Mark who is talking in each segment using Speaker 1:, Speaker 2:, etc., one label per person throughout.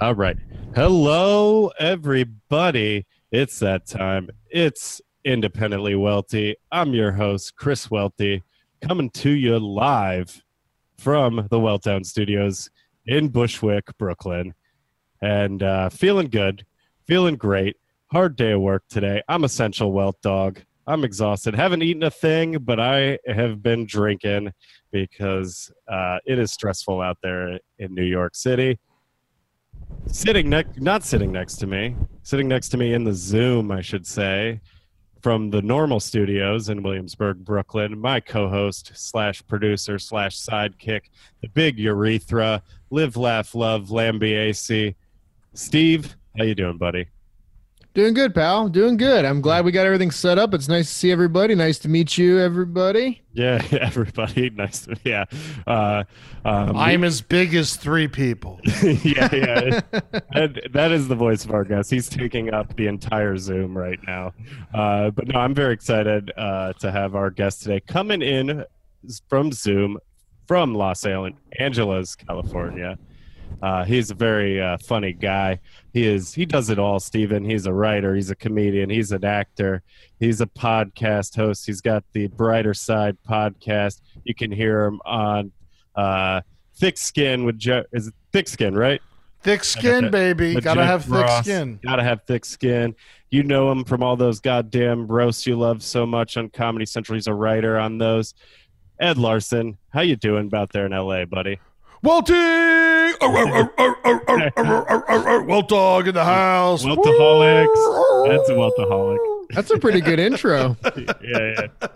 Speaker 1: All right. Hello, everybody. It's that time. It's Independently Wealthy. I'm your host, Chris Welty, coming to you live from the Welltown Studios in Bushwick, Brooklyn. And uh, feeling good, feeling great. Hard day of work today. I'm Essential Wealth Dog. I'm exhausted. Haven't eaten a thing, but I have been drinking because uh, it is stressful out there in New York City sitting next not sitting next to me sitting next to me in the zoom i should say from the normal studios in williamsburg brooklyn my co-host slash producer slash sidekick the big urethra live laugh love lambiac steve how you doing buddy
Speaker 2: Doing good, pal. Doing good. I'm glad we got everything set up. It's nice to see everybody. Nice to meet you, everybody.
Speaker 1: yeah everybody nice to yeah uh um,
Speaker 3: I'm as big as three people.
Speaker 1: yeah yeah that, that is the voice of our guest. He's taking up the entire Zoom right now. Uh, but no, I'm very excited uh, to have our guest today coming in from Zoom from Los Al- Angeles, California. Uh, he's a very uh, funny guy. He is. He does it all, Steven. He's a writer. He's a comedian. He's an actor. He's a podcast host. He's got the Brighter Side podcast. You can hear him on uh, Thick Skin with Joe. Is it Thick Skin, right?
Speaker 3: Thick skin, baby.
Speaker 1: With
Speaker 3: Gotta
Speaker 1: Jeff
Speaker 3: have thick
Speaker 1: Ross.
Speaker 3: skin.
Speaker 1: Gotta have thick skin. You know him from all those goddamn roasts you love so much on Comedy Central. He's a writer on those. Ed Larson, how you doing out there in LA, buddy?
Speaker 3: Welty! Arr, arr, arr, arr, arr, arr, arr, arr, arr. Welt dog in the house.
Speaker 1: Weltaholics. That's a weltaholic.
Speaker 2: That's a pretty good intro.
Speaker 1: yeah, yeah.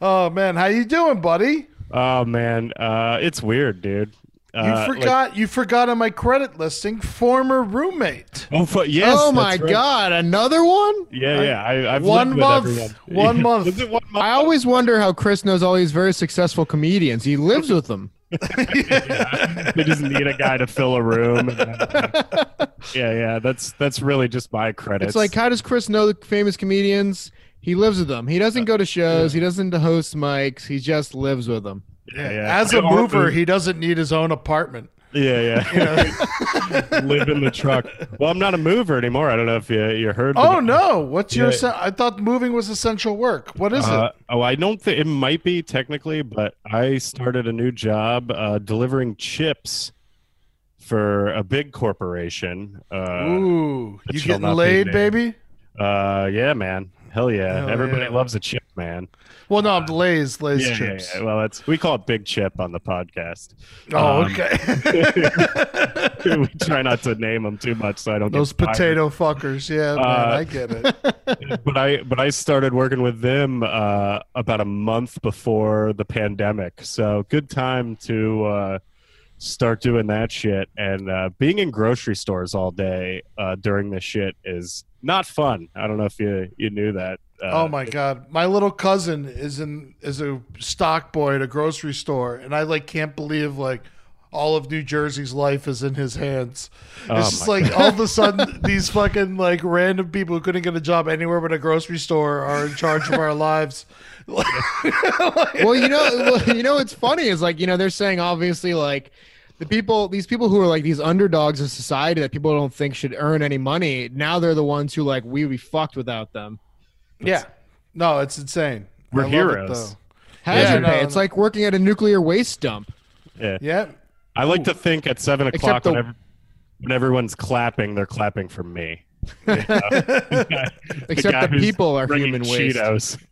Speaker 3: Oh man, how you doing, buddy?
Speaker 1: Oh man, uh, it's weird, dude.
Speaker 3: You
Speaker 1: Uh, like-
Speaker 3: forgot you forgot on my credit listing former roommate.
Speaker 1: oh, fu- yes,
Speaker 2: oh
Speaker 1: that's
Speaker 2: my
Speaker 1: right.
Speaker 2: God, another one?
Speaker 1: Yeah, yeah. I, I've
Speaker 3: One
Speaker 1: lived
Speaker 3: month.
Speaker 1: With everyone.
Speaker 3: One month.
Speaker 1: Was it one month?
Speaker 2: I always wonder how Chris knows all these very successful comedians. He lives with them.
Speaker 1: they just need a guy to fill a room. yeah, yeah. That's that's really just my credit.
Speaker 2: It's like, how does Chris know the famous comedians? He lives with them. He doesn't go to shows. He doesn't host mics. He just lives with them.
Speaker 1: Yeah, yeah.
Speaker 3: As
Speaker 1: I
Speaker 3: a
Speaker 1: don't
Speaker 3: mover,
Speaker 1: move.
Speaker 3: he doesn't need his own apartment.
Speaker 1: Yeah, yeah. Live in the truck. Well, I'm not a mover anymore. I don't know if you you heard.
Speaker 3: Oh
Speaker 1: the-
Speaker 3: no! What's your?
Speaker 1: Yeah.
Speaker 3: sen- I thought moving was essential work. What is
Speaker 1: Uh, oh, I don't think it might be technically, but I started a new job uh, delivering chips for a big corporation.
Speaker 3: it?
Speaker 1: Uh,
Speaker 3: Ooh,
Speaker 1: it
Speaker 3: you
Speaker 1: shall
Speaker 3: getting
Speaker 1: not be
Speaker 3: laid,
Speaker 1: named.
Speaker 3: baby?
Speaker 1: uh, yeah, man. Hell yeah!
Speaker 3: Hell
Speaker 1: Everybody
Speaker 3: yeah.
Speaker 1: loves a chip, man.
Speaker 3: Well, no, I'm Lay's Lay's
Speaker 1: Uh, Yeah, yeah,
Speaker 3: chips.
Speaker 1: yeah. Well, that's we call it big chip on the podcast.
Speaker 3: Oh,
Speaker 1: Um,
Speaker 3: okay.
Speaker 1: we try not to name them too much, so I don't.
Speaker 3: Those
Speaker 1: get fired.
Speaker 3: potato fuckers. Yeah, man,
Speaker 1: Uh,
Speaker 3: I get it.
Speaker 1: but I but I started working with them uh, about a month before the pandemic, so good time to uh, start doing that shit. And uh, being in grocery stores all day uh, during this shit is not fun. I don't know if you you knew that. Uh,
Speaker 3: oh my god, my little cousin is in is a stock boy at a grocery store, and I like can't believe like all of New Jersey's life is in his hands. It's
Speaker 1: Oh
Speaker 3: just
Speaker 1: my
Speaker 3: like all of a sudden these fucking like random people who couldn't get a job anywhere but a grocery store are in charge of our lives. Like-
Speaker 2: well, you know, well, you know, it's funny is like you know they're saying obviously like the people, these people who are like these underdogs of society that people don't think should earn any money. Now they're the ones who like we would be fucked without them.
Speaker 3: yeah, no, it's insane.
Speaker 1: We're
Speaker 3: I love it,
Speaker 1: heroes.
Speaker 3: though.
Speaker 2: Hazard
Speaker 3: Yeah,
Speaker 2: pay.
Speaker 3: no,
Speaker 2: It's
Speaker 3: no.
Speaker 2: like working at a nuclear waste dump.
Speaker 1: Yeah.
Speaker 3: Yeah,
Speaker 1: I like to think at seven o'clock
Speaker 2: Except the-
Speaker 1: when, ev- when everyone's clapping, they're clapping for me. You know? The guy
Speaker 2: Except the
Speaker 1: who's
Speaker 2: people are
Speaker 1: bringing
Speaker 2: human waste.
Speaker 1: Cheetos.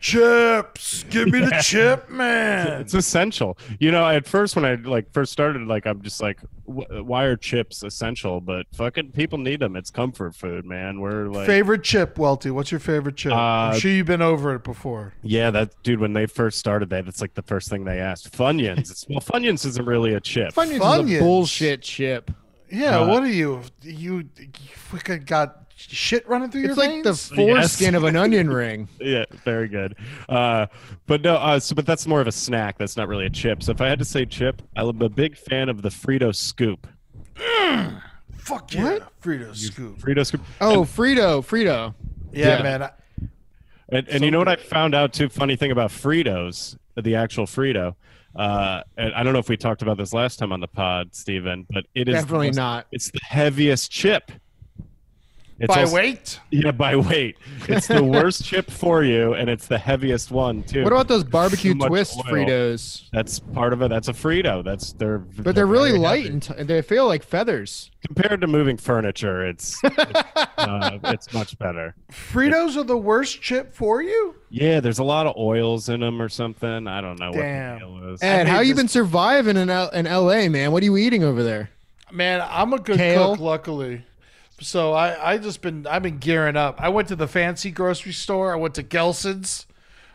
Speaker 3: chips. Give me the chip, man.
Speaker 1: it's essential you know at first when i like first started like i'm just like wh- why are chips essential but fucking people need them it's comfort food man we're like
Speaker 3: favorite chip, Welty? What's your favorite chip?
Speaker 1: Uh,
Speaker 3: I'm sure you've been over it before.
Speaker 1: yeah that dude when they first started that it's like the first thing they asked funyuns it's, well funyuns isn't really a chip
Speaker 2: Funyuns, is
Speaker 3: Funyuns.
Speaker 2: a bullshit chip.
Speaker 3: Yeah,
Speaker 1: uh,
Speaker 3: what are you? You, you fucking got shit running through
Speaker 2: It's
Speaker 3: your
Speaker 2: like the
Speaker 3: veins.
Speaker 2: foreskin of an onion ring.
Speaker 1: yeah very good uh but no uh so, but that's more of a snack that's not really a chip so if i had to say chip i'm a big fan of the frito scoop
Speaker 3: fuck yeah, Frito scoop.
Speaker 1: frito scoop
Speaker 2: Oh, Frito, Frito.
Speaker 3: Yeah,
Speaker 2: Yeah.
Speaker 3: man. I-
Speaker 1: And, and you know what I found out too? Funny thing about Fritos, the actual Frito, Uh, and I don't know if we talked about this last time on the pod, Steven, but it is the
Speaker 2: Definitely
Speaker 1: most-
Speaker 2: not.
Speaker 1: It's the heaviest chip. It's
Speaker 3: By
Speaker 1: also-
Speaker 3: weight?
Speaker 1: Yeah, by weight. It's the worst chip for you, and it's the heaviest one too.
Speaker 2: What about those barbecue
Speaker 1: much
Speaker 2: twist
Speaker 1: oil.
Speaker 2: Fritos?
Speaker 1: that's part of it. That's a Frito. That's they're
Speaker 2: But they're really
Speaker 1: very
Speaker 2: light
Speaker 1: heavy.
Speaker 2: and t- they feel like feathers.
Speaker 1: compared to moving furniture. It's uh, it's much better.
Speaker 3: Fritos are the worst chip for you?
Speaker 1: Yeah, there's a lot of oils in them or something. I don't know what
Speaker 3: Damn.
Speaker 1: the deal is.
Speaker 2: And
Speaker 3: made
Speaker 2: how you
Speaker 3: this-
Speaker 2: been surviving in, L- in L.A., man? What are you eating over there?
Speaker 3: Man, I'm a good
Speaker 2: Kale?
Speaker 3: cook, luckily. So I, I just been I've been gearing up. I went to the fancy grocery store. I went to Gelson's.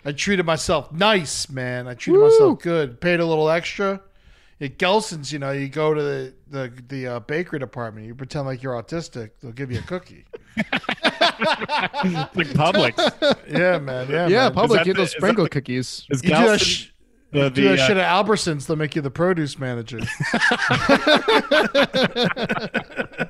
Speaker 3: I treated myself nice, man. I treated
Speaker 2: Woo!
Speaker 3: myself good. Paid a little extra. At Gelson's, you know, you go to the the, the uh, bakery department. You pretend like you're autistic. They'll give you a cookie.
Speaker 1: It's like Publix.
Speaker 3: yeah, man. Yeah,
Speaker 2: Yeah,
Speaker 3: man.
Speaker 2: public
Speaker 1: that
Speaker 2: get
Speaker 1: the-
Speaker 2: those
Speaker 1: is that
Speaker 2: sprinkle
Speaker 1: the-
Speaker 2: cookies.
Speaker 1: Is
Speaker 3: You do that
Speaker 1: Galston-
Speaker 3: sh-
Speaker 1: the,
Speaker 3: Do that
Speaker 1: the, uh,
Speaker 3: shit at Albertsons. They'll make you the produce manager. Uh,
Speaker 1: so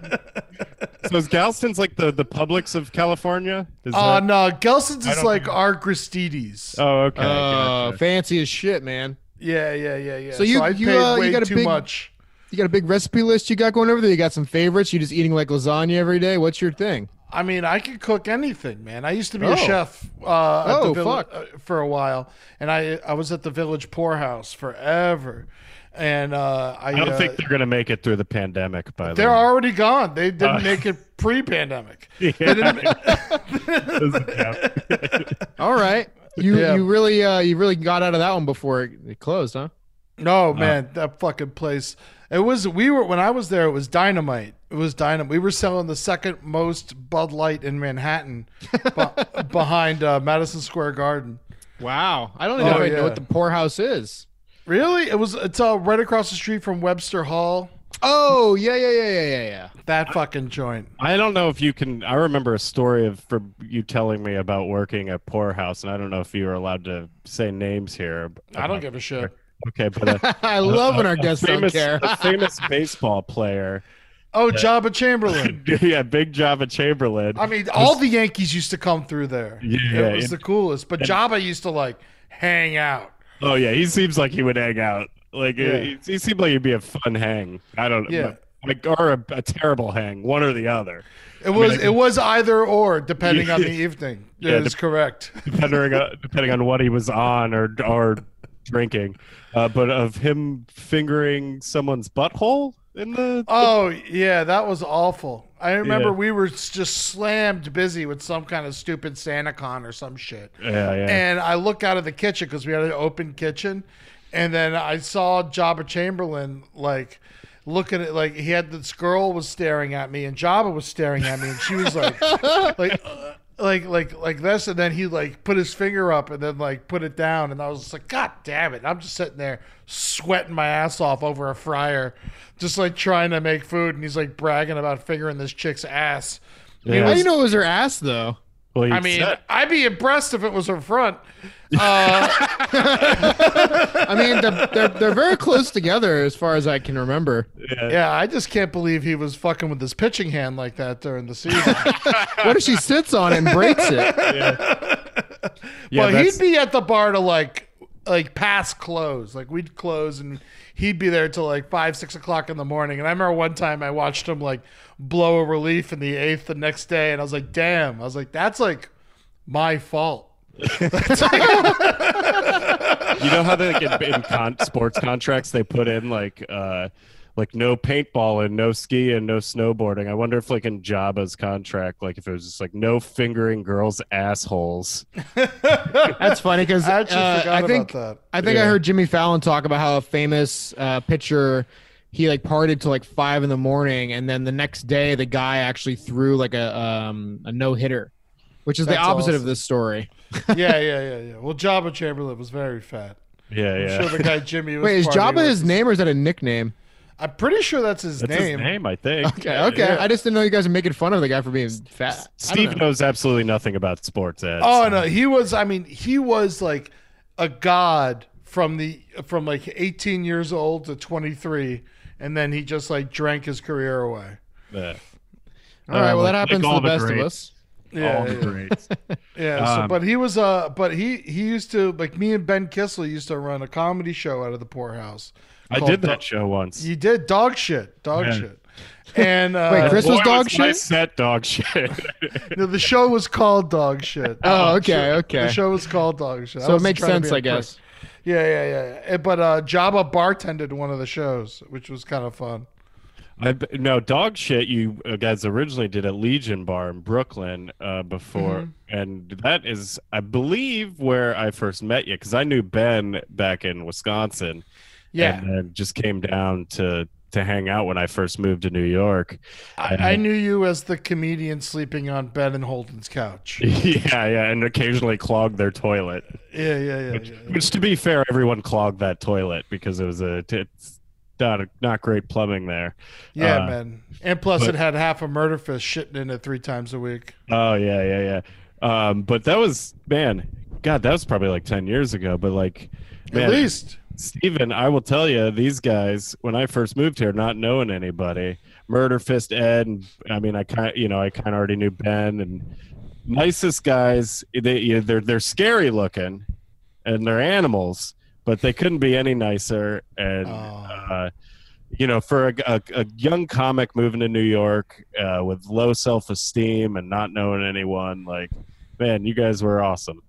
Speaker 1: is Galston's like the the Publix of California? Is
Speaker 3: Oh,
Speaker 1: that-
Speaker 3: no. Gelson's
Speaker 1: I
Speaker 3: is
Speaker 1: don't
Speaker 3: like
Speaker 1: think-
Speaker 3: our Christides.
Speaker 1: oh, okay.
Speaker 2: Uh,
Speaker 1: gotcha.
Speaker 2: fancy as shit, man.
Speaker 3: yeah, yeah, yeah, yeah.
Speaker 2: So you-
Speaker 3: I
Speaker 2: you,
Speaker 3: paid
Speaker 2: uh, you
Speaker 3: way
Speaker 2: got a
Speaker 3: too
Speaker 2: big-
Speaker 3: much.
Speaker 2: You got a big recipe list you got going over there. You got some favorites. You just eating like lasagna every day. What's your thing?
Speaker 3: I mean, I could cook anything, man. I used to be
Speaker 2: Oh.
Speaker 3: a chef uh, at the
Speaker 2: Oh,
Speaker 3: Vill-
Speaker 2: fuck.
Speaker 3: uh, for a while, and I I was at the Village Poorhouse forever. And uh, I,
Speaker 1: I don't
Speaker 3: uh,
Speaker 1: think they're gonna make it through the pandemic. By the
Speaker 3: they're
Speaker 1: way,
Speaker 3: already gone. They didn't
Speaker 1: Uh.
Speaker 3: make it pre-pandemic.
Speaker 1: Yeah.
Speaker 2: All right, you
Speaker 3: Yeah.
Speaker 2: you really uh, you really got out of that one before it, it closed, huh?
Speaker 3: No man, that fucking place. It was we were when I was there. It was dynamite. It was dynamite. We were selling the second most Bud Light in Manhattan, be- behind uh, Madison Square Garden.
Speaker 2: Wow, I don't even
Speaker 3: Oh,
Speaker 2: know,
Speaker 3: yeah.
Speaker 2: what the poorhouse is.
Speaker 3: Really? It was. It's uh, right across the street from Webster Hall.
Speaker 2: Oh yeah yeah yeah yeah yeah yeah.
Speaker 3: That fucking joint.
Speaker 1: I don't know if you can. I remember a story of for you telling me about working at Poorhouse, and I don't know if you were allowed to say names here.
Speaker 3: I don't give a shit.
Speaker 1: Okay, but a,
Speaker 2: I love when our
Speaker 1: a
Speaker 2: guests
Speaker 1: Uh, famous,
Speaker 2: don't
Speaker 1: a
Speaker 2: care.
Speaker 1: famous baseball player,
Speaker 3: Oh, Jabba Chamberlain.
Speaker 1: yeah, Big Java Chamberlain.
Speaker 3: I mean, all the Yankees used to come through there.
Speaker 1: Yeah,
Speaker 3: it was
Speaker 1: and-
Speaker 3: the coolest. But Jabba used to like hang out.
Speaker 1: oh yeah, he seems like he would hang out. Like
Speaker 3: Yeah.
Speaker 1: he, he seemed like he'd be a fun hang. I don't know.
Speaker 3: Yeah.
Speaker 1: Like or a, a terrible hang, one or the other,
Speaker 3: It was
Speaker 1: I-
Speaker 3: it was either or depending on the evening.
Speaker 1: Yeah,
Speaker 3: That is
Speaker 1: dep-
Speaker 3: correct.
Speaker 1: depending on, depending on what he was on or or drinking. Uh, but of him fingering someone's butthole in the
Speaker 3: Oh yeah, that was awful. I remember
Speaker 1: Yeah.
Speaker 3: we were s- just slammed busy with some kind of stupid SantaCon or some shit.
Speaker 1: yeah yeah.
Speaker 3: And I look out of the kitchen because we had an open kitchen, and then I saw Jabba Chamberlain like looking at like he had this girl was staring at me, and Jabba was staring at me, and she was like like. uh, like like like this and then he like put his finger up and then like put it down and I was just like god damn it And I'm just sitting there sweating my ass off over a fryer just like trying to make food and he's like bragging about fingering this chick's ass
Speaker 1: Yeah.
Speaker 2: How do you know it was her ass though?
Speaker 1: Well, he
Speaker 3: I mean
Speaker 1: said-
Speaker 3: I'd be impressed if it was her front uh
Speaker 2: I mean, they're, they're, they're very close together as far as I can remember.
Speaker 3: Yeah, I just can't believe he was fucking with his pitching hand like that during the season.
Speaker 2: What if she sits on it and breaks it?
Speaker 1: yeah,
Speaker 3: well,
Speaker 1: that's-
Speaker 3: he'd be at the bar to like like past close. Like we'd close and he'd be there till like five, six o'clock in the morning. And I remember one time I watched him like blow a relief in the eighth the next day and I was like, damn. I was like, that's like my fault.
Speaker 1: you know how they like, in, in con- sports contracts they put in like uh like no paintball and no ski and no snowboarding. I wonder if like in Jabba's contract, like if it was just like no fingering girls' assholes.
Speaker 2: That's funny because
Speaker 3: I actually forgot
Speaker 2: Uh, I think
Speaker 3: about that.
Speaker 2: I think I
Speaker 1: Yeah.
Speaker 2: heard Jimmy Fallon talk about how a famous uh, pitcher he like partied till like five in the morning, and then the next day the guy actually threw like a um, a no hitter, which is the
Speaker 3: That's
Speaker 2: opposite of
Speaker 3: awesome.
Speaker 2: this story.
Speaker 3: yeah, yeah, yeah, yeah. Well, Jabba Chamberlain was very fat.
Speaker 1: Yeah,
Speaker 3: I'm
Speaker 1: yeah.
Speaker 3: sure the guy Jimmy was
Speaker 2: Wait, is
Speaker 3: partying with
Speaker 2: Jabba his
Speaker 3: us.
Speaker 2: name or is that a nickname?
Speaker 3: I'm pretty sure that's his
Speaker 1: That's
Speaker 3: name.
Speaker 1: his name, I think.
Speaker 2: Okay, okay. I just didn't know you guys were making fun of the guy for being fat. I don't
Speaker 1: Steve
Speaker 2: know.
Speaker 1: knows absolutely nothing about sports. Ed,
Speaker 3: Oh
Speaker 1: so-
Speaker 3: no, he was. I mean, he was like a god from the from like 18 years old to 23, and then he just like drank his career away.
Speaker 1: Yeah.
Speaker 2: All right, well that
Speaker 1: Like
Speaker 2: happens to
Speaker 1: all
Speaker 2: the
Speaker 1: the
Speaker 2: best of
Speaker 1: greats.
Speaker 2: us.
Speaker 3: Yeah,
Speaker 1: all the
Speaker 3: yeah.
Speaker 1: grades.
Speaker 3: Yeah, so,
Speaker 1: Oh, Um,
Speaker 3: but he was uh but he he used to like me and Ben Kissel used to run a comedy show out of the poorhouse.
Speaker 1: I
Speaker 3: called
Speaker 1: did
Speaker 3: Do-
Speaker 1: that show once.
Speaker 3: You did dog shit, dog
Speaker 1: Yeah.
Speaker 3: shit, and uh,
Speaker 2: Wait, Chris
Speaker 1: Boy,
Speaker 2: was dog
Speaker 1: my
Speaker 2: shit?
Speaker 1: set dog shit.
Speaker 3: no, the show was called dog shit.
Speaker 2: Oh, okay, okay.
Speaker 3: The show was called dog shit. I
Speaker 2: so it
Speaker 3: wasn't
Speaker 2: makes
Speaker 3: trying to
Speaker 2: sense,
Speaker 3: be a
Speaker 2: I guess.
Speaker 3: prick. Yeah, yeah, yeah. Eh, But uh, Jabba bartended one of the shows, which was kind of fun.
Speaker 1: I, b- no dog shit. You uh, guys originally did at Legion Bar in Brooklyn uh, before,
Speaker 3: Mm-hmm.
Speaker 1: and that is, I believe, where I first met you because I knew Ben back in Wisconsin,
Speaker 3: Yeah,
Speaker 1: and then just came down to to hang out when I first moved to New York.
Speaker 3: I, I knew you as the comedian sleeping on Ben and Holden's couch.
Speaker 1: yeah, yeah, and occasionally clogged their toilet.
Speaker 3: Yeah, yeah, yeah.
Speaker 1: Which,
Speaker 3: yeah, yeah.
Speaker 1: which, to be fair, everyone clogged that toilet because it was a it's not not great plumbing there.
Speaker 3: Yeah,
Speaker 1: Uh,
Speaker 3: man. And plus,
Speaker 1: but-
Speaker 3: it had half a murder fist shitting in it three times a week.
Speaker 1: Oh yeah, yeah, yeah. Um, but that was man, God, that was probably like ten years ago. But like, man,
Speaker 3: At least.
Speaker 1: Steven, I will tell you, these guys, when I first moved here, not knowing anybody, Murder Fist Ed, and I mean, I kind, you know, I kind of already knew Ben and nicest guys. They you know, they're they're scary looking, and they're animals, but they couldn't be any nicer. And
Speaker 3: Oh.
Speaker 1: uh, you know, for a, a, a young comic moving to New York uh, with low self esteem and not knowing anyone, like, man, you guys were awesome.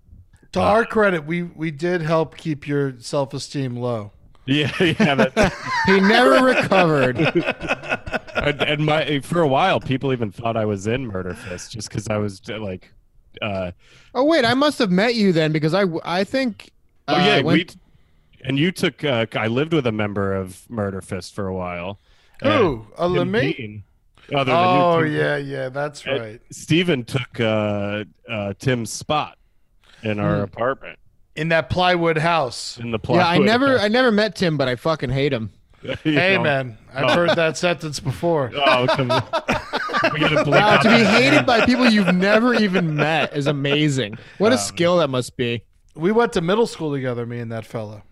Speaker 3: To
Speaker 1: uh,
Speaker 3: our credit, we we did help keep your self esteem low.
Speaker 1: Yeah, yeah. That,
Speaker 2: He never recovered.
Speaker 1: and, and my for a while people even thought i was in murder fist just because i was uh, like uh
Speaker 2: Oh wait, I must have met you then because I I think.
Speaker 1: oh
Speaker 2: uh,
Speaker 1: yeah
Speaker 2: I went-
Speaker 1: we and you took uh i lived with a member of murder fist for a while Uh,
Speaker 3: Who? Uh,
Speaker 1: Tim
Speaker 3: me?
Speaker 1: Dean. other than
Speaker 3: Oh
Speaker 1: you two.
Speaker 3: yeah, yeah, that's
Speaker 1: Ed-
Speaker 3: right.
Speaker 1: steven took uh uh tim's spot in our
Speaker 2: Hmm.
Speaker 1: apartment
Speaker 3: In that plywood house.
Speaker 1: in the plot
Speaker 2: yeah, I never I never met Tim, but I fucking hate him.
Speaker 3: Hey man, I've
Speaker 1: Oh.
Speaker 3: heard that sentence before.
Speaker 1: oh come on. we gotta bleep
Speaker 3: Oh
Speaker 2: Wow,
Speaker 1: out
Speaker 2: to be
Speaker 1: that.
Speaker 2: hated by people you've never even met is amazing. What a
Speaker 3: Um,
Speaker 2: skill that must be.
Speaker 3: We went to middle school together, me and that fella.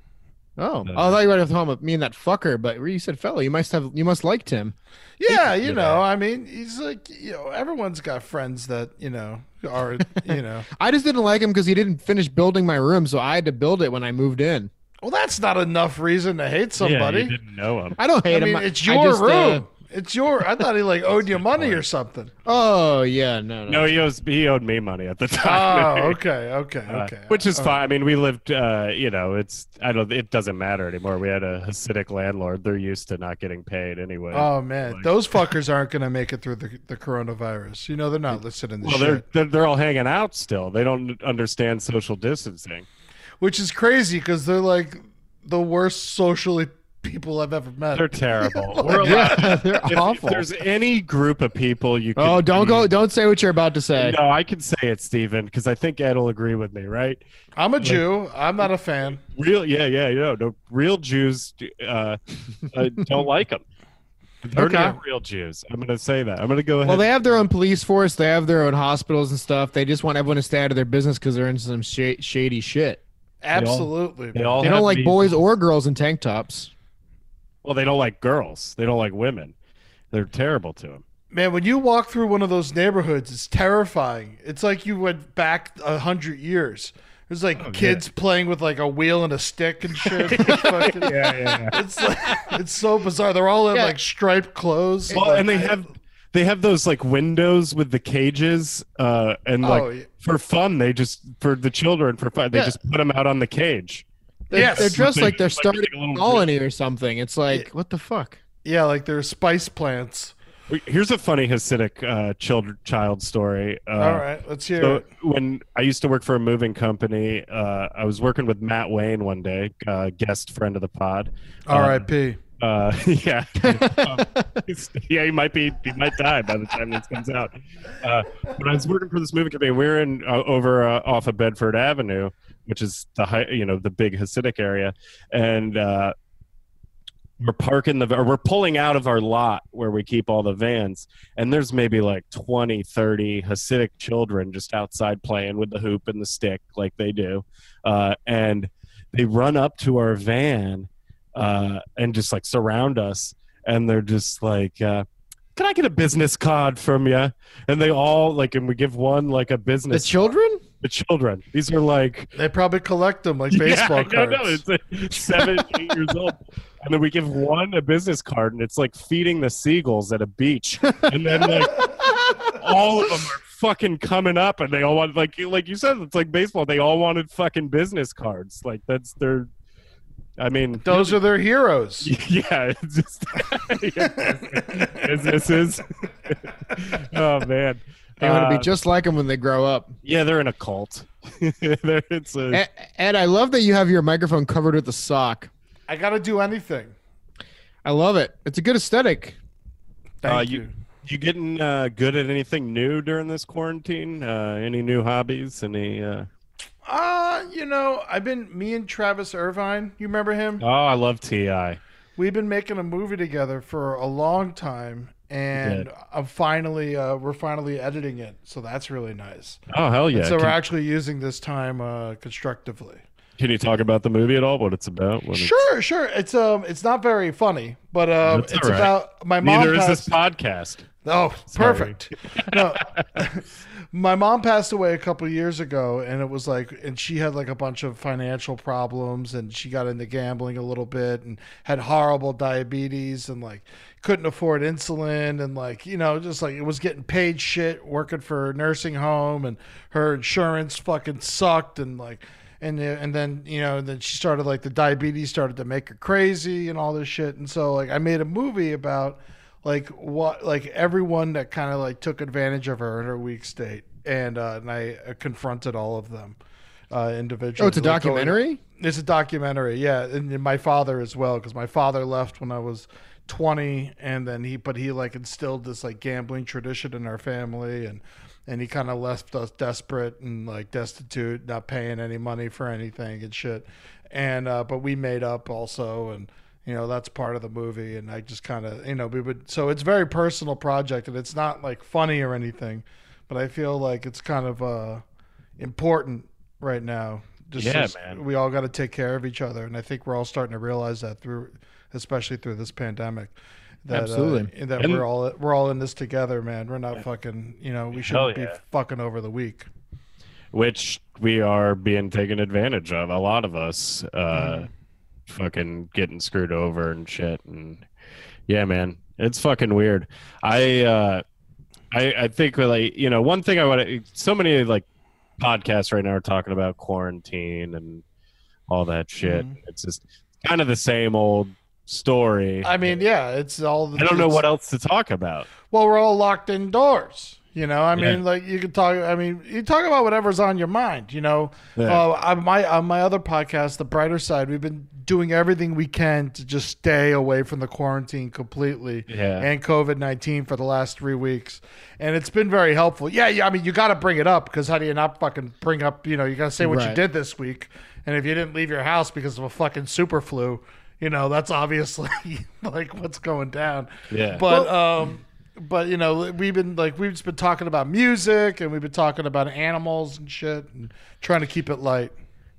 Speaker 2: Oh, I thought you were at home with me and that fucker, but you said fella, you must have you must like Tim.
Speaker 3: Yeah, you know, I mean, he's like, you know, everyone's got friends that you know are, you know.
Speaker 2: I just didn't like him because he didn't finish building my room, so I had to build it when I moved in.
Speaker 3: Well, that's not enough reason to hate
Speaker 1: yeah,
Speaker 3: somebody.
Speaker 1: you didn't know him
Speaker 2: I don't hate
Speaker 3: I mean,
Speaker 2: him.
Speaker 3: it's
Speaker 2: I
Speaker 3: your
Speaker 2: just,
Speaker 3: room.
Speaker 2: uh,
Speaker 3: it's your. I thought he like owed you money or something.
Speaker 2: oh yeah, no, no.
Speaker 1: no he owes he owed me money at the
Speaker 3: Oh,
Speaker 1: time
Speaker 3: okay, okay,
Speaker 1: Uh,
Speaker 3: okay. Oh,
Speaker 1: which is fine. I mean, we lived, uh, you know, it's, I don't, it doesn't matter anymore. We had a Hasidic landlord. They're used to not getting paid anyway.
Speaker 3: Oh man,
Speaker 1: Like-
Speaker 3: those fuckers aren't gonna make it through the, the coronavirus. You know they're not listening to
Speaker 1: well, they're,
Speaker 3: shit,
Speaker 1: they're, they're all hanging out still. They don't understand social distancing.
Speaker 3: which is crazy because they're like the worst socially people I've ever met.
Speaker 1: They're terrible. We're allowed-
Speaker 2: Yeah, they're
Speaker 1: if- if
Speaker 2: awful.
Speaker 1: there's any group of people you can.
Speaker 2: Oh, don't go! Don't say what you're about to say.
Speaker 1: No, I can say it, Steven, because I think Ed will agree with me, right?
Speaker 3: I'm a Jew. I'm not a fan.
Speaker 1: Real, yeah, yeah, yeah. No, real Jews uh, uh, don't like them. They're
Speaker 2: Okay.
Speaker 1: not real Jews. I'm going to say that. I'm going to go ahead.
Speaker 2: Well, they have their own police force. They have their own hospitals and stuff. They just want everyone to stay out of their business because they're into some sh- shady shit.
Speaker 3: Absolutely.
Speaker 1: they all
Speaker 2: They don't
Speaker 1: have
Speaker 2: like
Speaker 1: these-
Speaker 2: boys or girls in tank tops.
Speaker 1: Well, they don't like girls. They don't like women. They're terrible to them.
Speaker 3: Man, when you walk through one of those neighborhoods, it's terrifying. It's like you went back a hundred years. There's
Speaker 1: Oh,
Speaker 3: like kids playing with like a wheel and a stick and shit. It's fucking- It's like, it's so bizarre. They're all in
Speaker 2: Yeah.
Speaker 3: like striped clothes.
Speaker 1: Well,
Speaker 3: like-
Speaker 1: and they have they have those like windows with the cages, uh, and like
Speaker 3: Oh, yeah.
Speaker 1: for fun, they just for the children for fun, they
Speaker 2: Yeah.
Speaker 1: just put them out on the cage.
Speaker 2: They're,
Speaker 3: Yes.
Speaker 2: they're dressed like they're
Speaker 1: Like,
Speaker 2: starting
Speaker 1: like a
Speaker 2: a
Speaker 1: little-
Speaker 2: colony or something. It's like what the fuck?
Speaker 3: yeah, like they're spice plants.
Speaker 1: Here's a funny Hasidic uh, child child story. Uh,
Speaker 3: all right, let's hear
Speaker 1: So
Speaker 3: it.
Speaker 1: when I used to work for a moving company, uh, I was working with Matt Wayne one day, uh, guest friend of the pod. Um,
Speaker 3: R.I.P.
Speaker 1: Uh, yeah. Um, yeah, he might be. He might die by the time this comes out. Uh, but I was working for this movie company. We were in uh, over uh, off of Bedford Avenue, which is the high, you know the big Hasidic area, and uh, we're parking the or we're pulling out of our lot where we keep all the vans, and there's maybe like 20, 30 Hasidic children just outside playing with the hoop and the stick like they do, uh, and they run up to our van uh, and just like surround us and they're just like uh, "Can I get a business card from you?" And they all like, and we give one like a
Speaker 2: The
Speaker 1: business.
Speaker 2: children?
Speaker 1: the children. These are like
Speaker 3: They probably collect them like baseball
Speaker 1: yeah,
Speaker 3: cards.
Speaker 1: No, no, it's like seven, eight years old, and then we give one a business card, and it's like feeding the seagulls at a beach, and then like all of them are fucking coming up, and they all want like you like you said, it's like baseball. They all wanted fucking business cards. Like that's their. I mean,
Speaker 3: Those are their heroes.
Speaker 1: yeah, it's just businesses. oh man,
Speaker 2: They want to
Speaker 1: Uh,
Speaker 2: be just like them when they grow up.
Speaker 1: yeah, they're in a cult. They're- it's a-
Speaker 2: Ed, Ed, I love that you have your microphone covered with a sock.
Speaker 3: I got to do anything.
Speaker 2: I love it. It's a good aesthetic.
Speaker 3: Thank
Speaker 1: Uh,
Speaker 3: you.
Speaker 1: you- You getting uh, good at anything new during this quarantine? Uh, any new hobbies? Any? Uh...
Speaker 3: Uh, you know, I've been me and Travis Irvine. You remember him?
Speaker 1: Oh, I love Ti.
Speaker 3: We've been making a movie together for a long time, and
Speaker 1: did.
Speaker 3: I'm finally uh, we're finally editing it, so that's really nice.
Speaker 1: Oh hell yeah!
Speaker 3: so we're
Speaker 1: can,
Speaker 3: actually using this time uh, constructively.
Speaker 1: can you talk about the movie at all? What it's about? What it's-
Speaker 3: Sure, sure. It's um, it's not very funny, but um,
Speaker 1: That's
Speaker 3: it's
Speaker 1: all right.
Speaker 3: about my mom.
Speaker 1: Neither is
Speaker 3: passed-
Speaker 1: this podcast.
Speaker 3: Oh,
Speaker 1: Sorry.
Speaker 3: perfect. No, my mom passed away a couple of years ago, and it was like, and she had like a bunch of financial problems, and she got into gambling a little bit, and had horrible diabetes, and like couldn't afford insulin, and like you know, just like it was getting paid shit working for a nursing home, and her insurance fucking sucked, and like. And, and then you know then she started like the diabetes started to make her crazy and all this shit and so like I made a movie about like what like everyone that kind of like took advantage of her in her weak state and uh and i uh, confronted all of them uh individually
Speaker 2: Oh, it's a
Speaker 3: Like, going-
Speaker 2: documentary?
Speaker 3: it's a documentary yeah and then my father as well because my father left when i was 20 and then he but he like instilled this like gambling tradition in our family and and he kind of left us desperate and like destitute not paying any money for anything and shit and uh but we made up also and you know that's part of the movie and i just kind of you know we would so it's a very personal project and it's not like funny or anything but i feel like it's kind of uh important right now just
Speaker 1: Yeah,
Speaker 3: as-
Speaker 1: man.
Speaker 3: we all got to take care of each other and i think we're all starting to realize that through especially through this pandemic that, uh,
Speaker 2: Absolutely.
Speaker 3: that
Speaker 1: And-
Speaker 3: we're all we're all in this together man we're not fucking you know we
Speaker 1: Hell
Speaker 3: shouldn't
Speaker 1: yeah.
Speaker 3: be fucking over the week
Speaker 1: which we are being taken advantage of. A lot of us, uh,
Speaker 3: Mm-hmm.
Speaker 1: fucking getting screwed over and shit. And yeah, man, it's fucking weird. I, uh, I, I think like you know one thing I want to. So many like podcasts right now are talking about quarantine and all that shit.
Speaker 3: Mm-hmm.
Speaker 1: It's just kind of the same old story.
Speaker 3: i mean yeah it's all the,
Speaker 1: I don't know
Speaker 3: it's-
Speaker 1: what else to talk about.
Speaker 3: well we're all locked indoors you know i
Speaker 1: Yeah.
Speaker 3: mean like you could talk i mean you talk about whatever's on your mind you know
Speaker 1: Yeah.
Speaker 3: uh, on my on my other podcast the brighter side we've been doing everything we can to just stay away from the quarantine completely
Speaker 1: Yeah.
Speaker 3: and covid-19 for the last three weeks and it's been very helpful yeah, yeah i mean you got to bring it up because how do you not fucking bring up you know you got to say what you
Speaker 2: Right.
Speaker 3: did this week and if you didn't leave your house because of a fucking super flu you know that's obviously like what's going down
Speaker 1: Yeah.
Speaker 3: but um but you know we've been like we've just been talking about music and we've been talking about animals and shit and trying to keep it light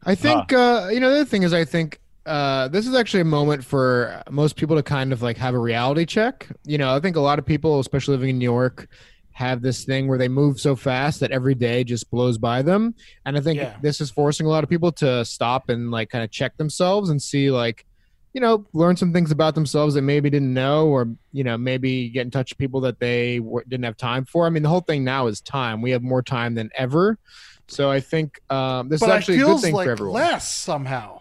Speaker 2: I think uh, you know the other thing is I think uh, this is actually a moment for most people to kind of like have a reality check. You know, I think a lot of people, especially living in New York, have this thing where they move so fast that every day just blows by them. And I think
Speaker 3: Yeah.
Speaker 2: this is forcing a lot of people to stop and like kind of check themselves and see like, you know, learn some things about themselves that maybe didn't know, or you know, maybe get in touch with people that they were, didn't have time for. I mean, the whole thing now is time. We have more time than ever. So I think um, this
Speaker 3: but
Speaker 2: is
Speaker 3: it
Speaker 2: actually a good
Speaker 3: feels
Speaker 2: thing
Speaker 3: like
Speaker 2: for everyone.
Speaker 3: less Oh. somehow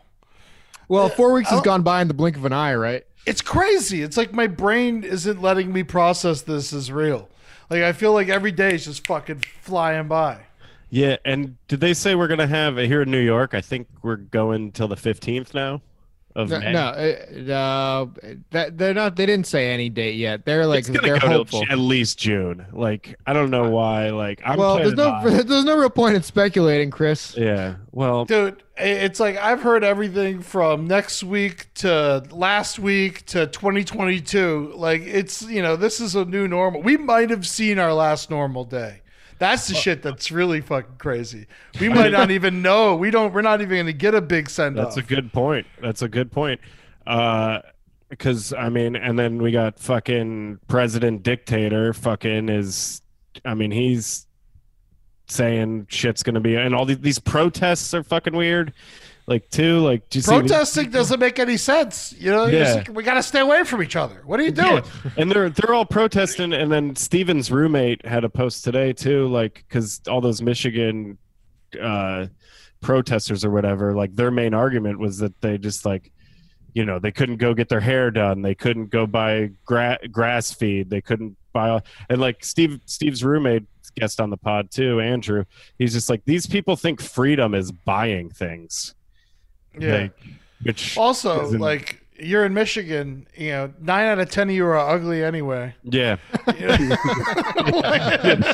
Speaker 2: Well, four weeks
Speaker 3: I
Speaker 2: has
Speaker 3: don't-
Speaker 2: gone by in the blink of an eye, right?
Speaker 3: it's crazy it's like my brain isn't letting me process this as real like i feel like every day is just fucking flying by
Speaker 1: Yeah, and did they say we're gonna have here in New York? I think we're going till the fifteenth now. Of
Speaker 2: No,
Speaker 1: May.
Speaker 2: no, uh, uh, that they're not. They didn't say any date yet. They're like
Speaker 1: it's gonna
Speaker 2: they're
Speaker 1: go
Speaker 2: hopeful.
Speaker 1: till Ju- at least June. Like I don't know why. Like I'm
Speaker 2: well, there's
Speaker 1: planning
Speaker 2: no
Speaker 1: on-
Speaker 2: there's no real point in speculating, Chris.
Speaker 1: yeah. Well,
Speaker 3: dude i- it's like i've heard everything from next week to last week to 2022 like it's you know this is a new normal we might have seen our last normal day that's the shit that's really fucking crazy we might not even know we don't we're not even gonna get a big send-off
Speaker 1: that's a good point. That's a good point. Uh, because I mean, and then we got fucking president dictator. Fucking is, I mean, he's saying shit's gonna be, and all the, these protests are fucking weird. Like too, like do you see these-
Speaker 3: Protesting doesn't make any sense. You know, You're
Speaker 1: Yeah.
Speaker 3: just like, we got to stay away from each other. What are you doing?
Speaker 1: and they're they're all protesting and then steven's roommate had a post today too like because all those michigan uh protesters or whatever like their main argument was that they just like you know they couldn't go get their hair done they couldn't go buy gra- grass feed they couldn't buy and like steve steve's roommate guest on the pod too andrew he's just like these people think freedom is buying things
Speaker 3: Yeah.
Speaker 1: Like, which
Speaker 3: Also,
Speaker 1: Isn't-
Speaker 3: like you're in Michigan, you know, nine out of ten of you are ugly anyway.
Speaker 1: yeah
Speaker 3: You know?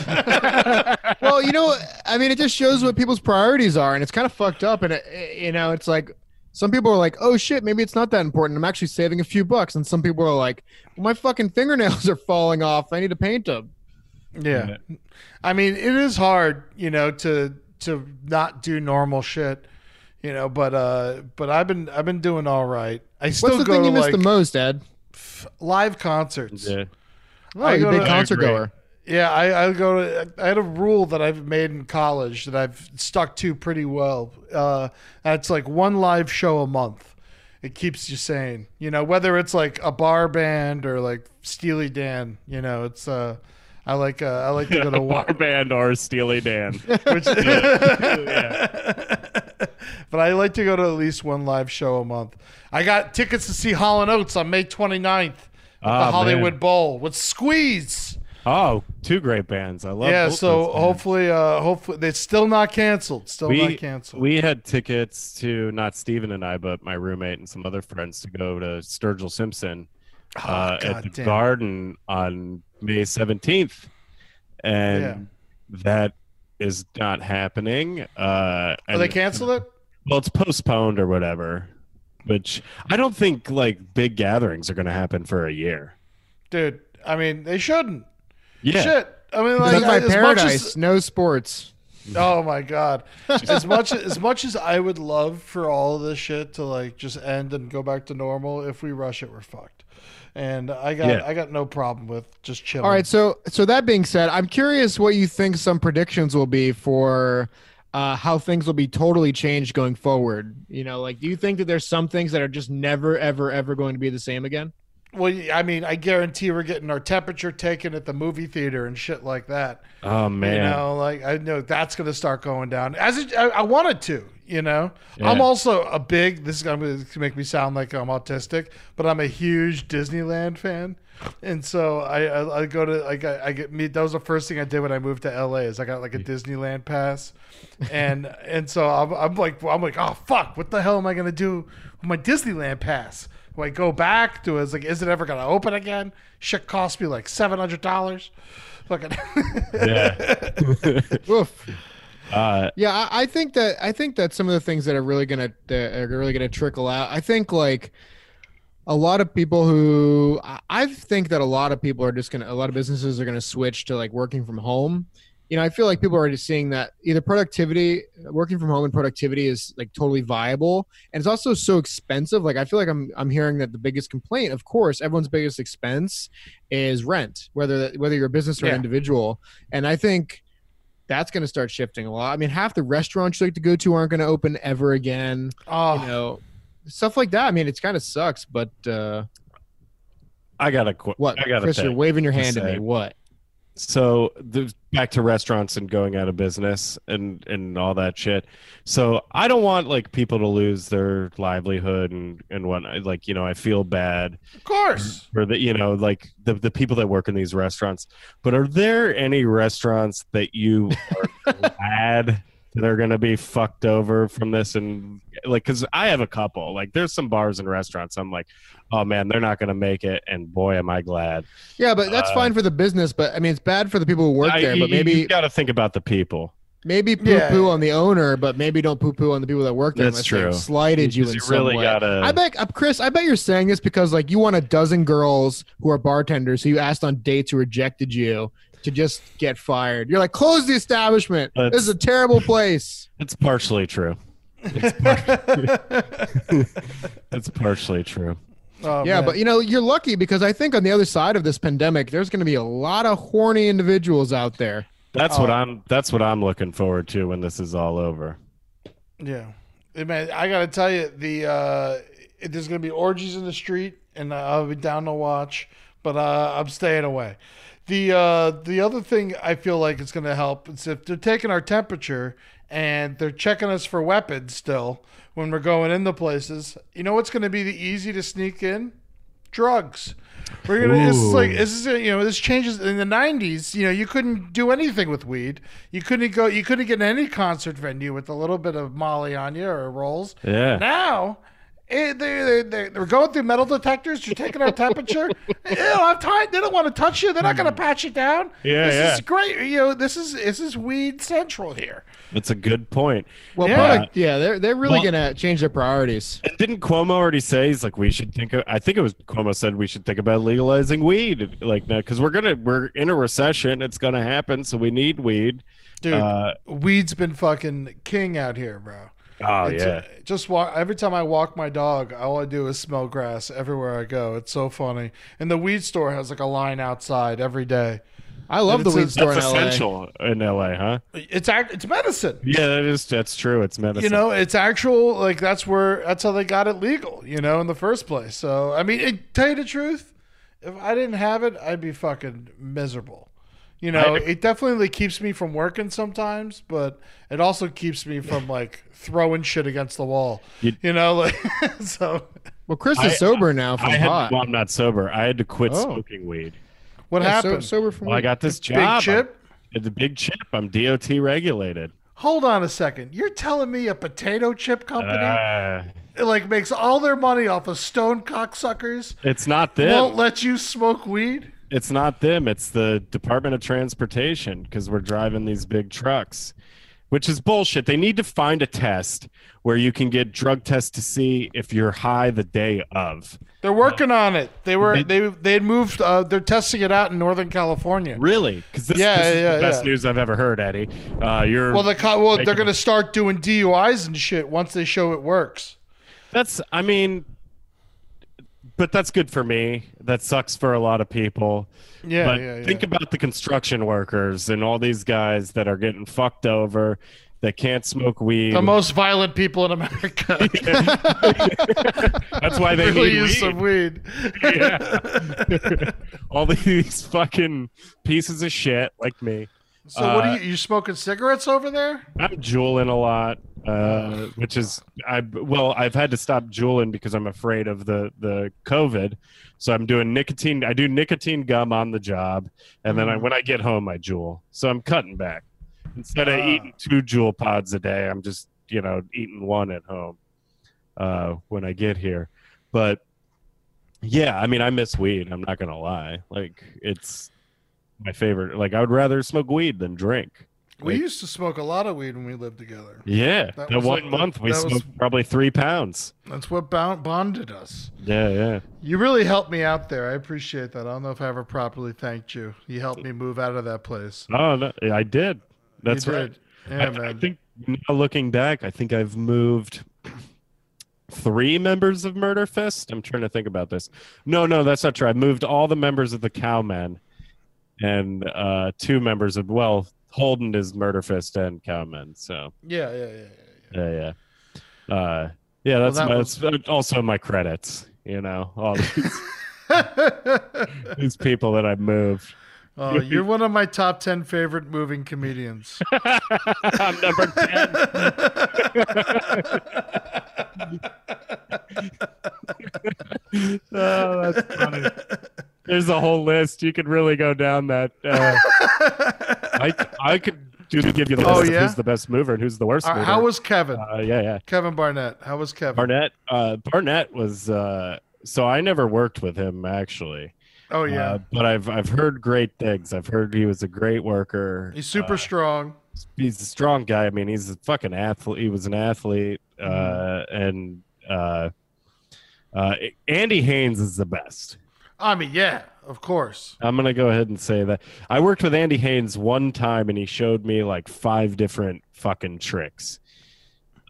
Speaker 2: well, you know, I mean, it just shows what people's priorities are, and it's kind of fucked up. And it, it- you know, it's like some people are like, "Oh shit, maybe it's not that important. I'm actually saving a few bucks," and some people are like, "My fucking fingernails are falling off. I need to paint them."
Speaker 3: yeah. I mean, it is hard, you know, to to not do normal shit, you know. But uh, but I've been I've been doing all right. I still
Speaker 2: What's the
Speaker 3: go
Speaker 2: thing
Speaker 3: to
Speaker 2: you miss
Speaker 3: like
Speaker 2: the most, Ed?
Speaker 3: live concerts.
Speaker 1: yeah
Speaker 2: Oh, you're
Speaker 3: go
Speaker 2: a big
Speaker 3: to-
Speaker 2: concert
Speaker 1: agree.
Speaker 2: goer.
Speaker 3: Yeah, I, I go to. I had a rule that I've made in college that I've stuck to pretty well. Uh, that's like one live show a month. It keeps you sane, you know. Whether it's like a bar band or like Steely Dan, you know, it's. Uh, I like. Uh, I like to go to
Speaker 1: war
Speaker 3: one.
Speaker 1: band or steely dan
Speaker 3: Which, But I like to go to at least one live show a month. I got tickets to see Holland Oates on May 29th at
Speaker 1: Ah,
Speaker 3: the Hollywood
Speaker 1: man.
Speaker 3: Bowl with Squeeze.
Speaker 1: Oh, two great bands. I love.
Speaker 3: yeah
Speaker 1: both
Speaker 3: so
Speaker 1: those bands.
Speaker 3: hopefully uh hopefully they still not canceled still
Speaker 1: we
Speaker 3: not canceled
Speaker 1: we had tickets to not Steven and I, but my roommate and some other friends to go to Sturgill Simpson
Speaker 3: Oh,
Speaker 1: uh, at the
Speaker 3: goddamn.
Speaker 1: Garden on May seventeenth, and
Speaker 3: Yeah.
Speaker 1: that is not happening. Uh,
Speaker 3: oh,
Speaker 1: and
Speaker 3: they canceled it
Speaker 1: Well, it's postponed or whatever. Which I don't think like big gatherings are going to happen for a year.
Speaker 3: dude i mean they shouldn't
Speaker 1: Yeah,
Speaker 3: shit i mean like
Speaker 2: That's my
Speaker 3: as much
Speaker 2: paradise.
Speaker 3: as
Speaker 2: No sports.
Speaker 3: oh my god as much as much as i would love for all of this shit to like just end and go back to normal if we rush it we're fucked and i got
Speaker 1: Yeah.
Speaker 3: i got no problem with just chilling
Speaker 2: All right. So, so that being said, I'm curious what you think some predictions will be for uh, how things will be totally changed going forward. You know, like, do you think that there's some things that are just never, ever, ever going to be the same again?
Speaker 3: well i mean i guarantee we're getting our temperature taken at the movie theater and shit like that
Speaker 1: Oh man.
Speaker 3: You know, like I know that's going to start going down as it, I, I wanted to. You know,
Speaker 1: Yeah.
Speaker 3: I'm also a big. This is going to make me sound like I'm autistic, but I'm a huge Disneyland fan, and so I I, I go to like I, I get me. That was the first thing I did when I moved to LA is I got like a Disneyland pass, and and so I'm, I'm like I'm like oh fuck, what the hell am I going to do with my Disneyland pass? Do I go back? Do I, it's like is it ever going to open again? Shit cost me like seven hundred dollars. Fucking.
Speaker 1: Yeah.
Speaker 2: Oof.
Speaker 1: Uh,
Speaker 2: Yeah, I, I think that I think that some of the things that are really gonna that are really gonna trickle out. I think like a lot of people who I, I think that a lot of people are just gonna a lot of businesses are gonna switch to like working from home. You know, I feel like people are already seeing that either productivity, working from home and productivity is like totally viable, and it's also so expensive. Like I feel like I'm I'm hearing that the biggest complaint, of course, everyone's biggest expense is rent, whether that, whether you're a business or
Speaker 3: Yeah.
Speaker 2: an individual. And I think that's going to start shifting a lot. I mean, half the restaurants you like to go to aren't going to open ever again.
Speaker 3: Oh,
Speaker 2: You know, stuff like that. I mean, it's kind of sucks. But uh,
Speaker 1: I got a qu-
Speaker 2: what,
Speaker 1: I got
Speaker 2: Chris?
Speaker 1: a
Speaker 2: You're
Speaker 1: thing.
Speaker 2: waving your
Speaker 1: to
Speaker 2: hand at
Speaker 1: say.
Speaker 2: me. What?
Speaker 1: so the back to restaurants and going out of business and and all that shit so i don't want like people to lose their livelihood and and what like you know i feel bad
Speaker 3: of course.
Speaker 1: for the you know like the, the people that work in these restaurants but are there any restaurants that you are glad that are going to be fucked over from this and like because i have a couple like there's some bars and restaurants i'm like oh man they're not going to make it and boy am i glad
Speaker 2: Yeah, but that's
Speaker 1: Uh,
Speaker 2: fine for the business. But I mean, it's bad for the people who work
Speaker 1: I-
Speaker 2: there. But
Speaker 1: you- you
Speaker 2: maybe
Speaker 1: got to think about the people
Speaker 2: maybe poo poo
Speaker 3: Yeah.
Speaker 2: on the owner, but maybe don't poo poo on the people that work there.
Speaker 1: That's
Speaker 2: unless
Speaker 1: true.
Speaker 2: they've Slighted you in
Speaker 1: 'Cause you
Speaker 2: some
Speaker 1: really
Speaker 2: way.
Speaker 1: gotta
Speaker 2: I bet, uh, Chris. I bet you're saying this because like you want a dozen girls who are bartenders who you asked on dates who rejected you to just get fired. You're like, close the establishment. this is a terrible place.
Speaker 1: It's partially true. It's partially true.
Speaker 3: Oh,
Speaker 2: yeah,
Speaker 3: man.
Speaker 2: but you know, you're lucky because I think on the other side of this pandemic, there's going to be a lot of horny individuals out there.
Speaker 1: That's what
Speaker 3: Oh.
Speaker 1: I'm. That's what I'm looking forward to when this is all over.
Speaker 3: Yeah, Hey, man, I gotta tell you, the uh, it- there's gonna be orgies in the street, and I'll be down to watch, but uh, I'm staying away. The uh, the other thing I feel like it's gonna help is if they're taking our temperature and they're checking us for weapons still when we're going into places. You know what's gonna be the easy to sneak in? Drugs. We're gonna. It's
Speaker 1: Ooh.
Speaker 3: like this is you know this changes in the '90s. You know you couldn't do anything with weed. You couldn't go. You couldn't get in any concert venue with a little bit of Molly on you or rolls.
Speaker 1: Yeah.
Speaker 3: Now. It, they, they, they're going through metal detectors. You're taking our temperature. they don't have time. They don't want to touch you. They're not going to pat you down.
Speaker 1: Hmm. Yeah,
Speaker 3: this
Speaker 1: yeah.
Speaker 3: is great. You know, this is this is weed central here.
Speaker 1: That's a good point.
Speaker 2: Well,
Speaker 3: Yeah.
Speaker 2: product, yeah, they're they're really
Speaker 1: Well-
Speaker 2: going to change their priorities.
Speaker 1: And didn't Cuomo already say he's like we should think? Of, I think it was Cuomo said we should think about legalizing weed, like now because we're gonna we're in a recession. It's gonna happen, so we need weed.
Speaker 3: Dude,
Speaker 1: Uh,
Speaker 3: weed's been fucking king out here, bro.
Speaker 1: oh
Speaker 3: It's,
Speaker 1: yeah,
Speaker 3: uh, just walk. Every time I walk my dog, all I do is smell grass everywhere I go. It's so funny. And the weed store has like a line outside every day.
Speaker 2: I love
Speaker 3: It's
Speaker 2: the
Speaker 3: a-
Speaker 2: weed store in
Speaker 1: that's
Speaker 2: LA.
Speaker 1: essential in LA, huh?
Speaker 3: It's act. It's medicine.
Speaker 1: Yeah, that is that's true. It's medicine.
Speaker 3: You know, it's actual. Like that's where that's how they got it legal. You know, in the first place. So I mean, it, tell you the truth, if I didn't have it, I'd be fucking miserable. You know,
Speaker 1: I-
Speaker 3: it definitely keeps me from working sometimes, but it also keeps me from like throwing shit against the wall. You,
Speaker 1: You-
Speaker 3: know, like so.
Speaker 2: Well, Chris
Speaker 1: I-
Speaker 2: is sober now from
Speaker 1: I had,
Speaker 2: pot.
Speaker 1: well, I'm not sober. I had to quit
Speaker 2: Oh.
Speaker 1: smoking weed.
Speaker 3: What
Speaker 2: Yeah, so-
Speaker 3: happened?
Speaker 2: sober from
Speaker 1: Well, I
Speaker 2: weed.
Speaker 1: got this job.
Speaker 3: chip?
Speaker 1: I- the big chip. I'm DOT regulated.
Speaker 3: Hold on a second. You're telling me a potato chip company
Speaker 1: Uh,
Speaker 3: like makes all their money off of stone cocksuckers
Speaker 1: it's not them.
Speaker 3: won't let you smoke weed?
Speaker 1: it's not them. It's the Department of Transportation because we're driving these big trucks, which is bullshit. They need to find a test where you can get drug tests to see if you're high the day of.
Speaker 3: They're working on it. They were they they had moved. Uh, they're testing it out in Northern California.
Speaker 1: Really? Because this,
Speaker 3: Yeah,
Speaker 1: this is
Speaker 3: yeah,
Speaker 1: the best
Speaker 3: yeah.
Speaker 1: news I've ever heard, Eddie. Uh, you're
Speaker 3: Well, the co- well they're
Speaker 1: Making-
Speaker 3: going to start doing DUIs and shit once they show it works.
Speaker 1: That's, I mean, but that's good for me. That sucks for a lot of people.
Speaker 3: Yeah,
Speaker 1: but
Speaker 3: yeah, yeah.
Speaker 1: think about the construction workers and all these guys that are getting fucked over, that can't smoke weed.
Speaker 3: the most violent people in America
Speaker 1: that's why they
Speaker 3: really
Speaker 1: need
Speaker 3: use
Speaker 1: weed.
Speaker 3: some weed.
Speaker 1: Yeah. all these fucking pieces of shit like me.
Speaker 3: So what
Speaker 1: Uh,
Speaker 3: are you? You smoking cigarettes over there?
Speaker 1: I'm jeweling a lot, uh, which is I well, I've had to stop jeweling because I'm afraid of the the COVID. So I'm doing nicotine. I do nicotine gum on the job, and then I, when I get home, I jewel. So I'm cutting back instead of
Speaker 3: Ah.
Speaker 1: eating two jewel pods a day. I'm just you know eating one at home uh, when I get here. But yeah, I mean, I miss weed. I'm not gonna lie. Like it's my favorite. Like I would rather smoke weed than drink.
Speaker 3: We
Speaker 1: Like-
Speaker 3: used to smoke a lot of weed when we lived together.
Speaker 1: Yeah,
Speaker 3: That
Speaker 1: that,
Speaker 3: was
Speaker 1: one
Speaker 3: like the-
Speaker 1: month we
Speaker 3: that was-
Speaker 1: smoked probably three pounds.
Speaker 3: That's what bound, bonded us.
Speaker 1: Yeah, yeah.
Speaker 3: You really helped me out there. I appreciate that. I don't know if I ever properly thanked you. You helped me move out of that place.
Speaker 1: Oh, no, I did. That's
Speaker 3: You
Speaker 1: right.
Speaker 3: did. Yeah,
Speaker 1: I, I
Speaker 3: man.
Speaker 1: think now looking back, I think I've moved three members of Murderfist. I'm trying to think about this. No, no, that's not true. I moved all the members of the Cowmen and uh, two members of well, Holden is Murderfist and Cowmen. So
Speaker 3: yeah, yeah, yeah, yeah. yeah.
Speaker 1: yeah, yeah, uh, yeah. That's
Speaker 3: that
Speaker 1: my,
Speaker 3: was-
Speaker 1: that's also my credits. You know, all these, these people that I moved.
Speaker 3: oh, you're one of my top 10 favorite moving comedians.
Speaker 1: I'm number 10. oh, that's funny. There's a whole list. You could really go down that. Uh,
Speaker 3: Uh,
Speaker 1: I, I could just give you the list
Speaker 3: Oh,
Speaker 1: of
Speaker 3: yeah?
Speaker 1: who's the best mover and who's the worst
Speaker 3: Uh,
Speaker 1: mover.
Speaker 3: how was Kevin?
Speaker 1: uh, yeah, yeah.
Speaker 3: Kevin Barnett. How was Kevin?
Speaker 1: Barnett, uh, Barnett was. Uh, so I never worked with him, actually.
Speaker 3: Oh, yeah.
Speaker 1: Uh, but I've, I've heard great things. I've heard he was a great worker. Uh,
Speaker 3: He's super strong.
Speaker 1: he's a strong guy. I mean, he's a fucking athlete. He was an athlete, uh,
Speaker 3: Mm-hmm.
Speaker 1: and uh, uh, Andy Haynes is the best.
Speaker 3: I mean, yeah, of course.
Speaker 1: I'm gonna go ahead and say that I worked with Andy Haynes one time, and he showed me like five different fucking tricks,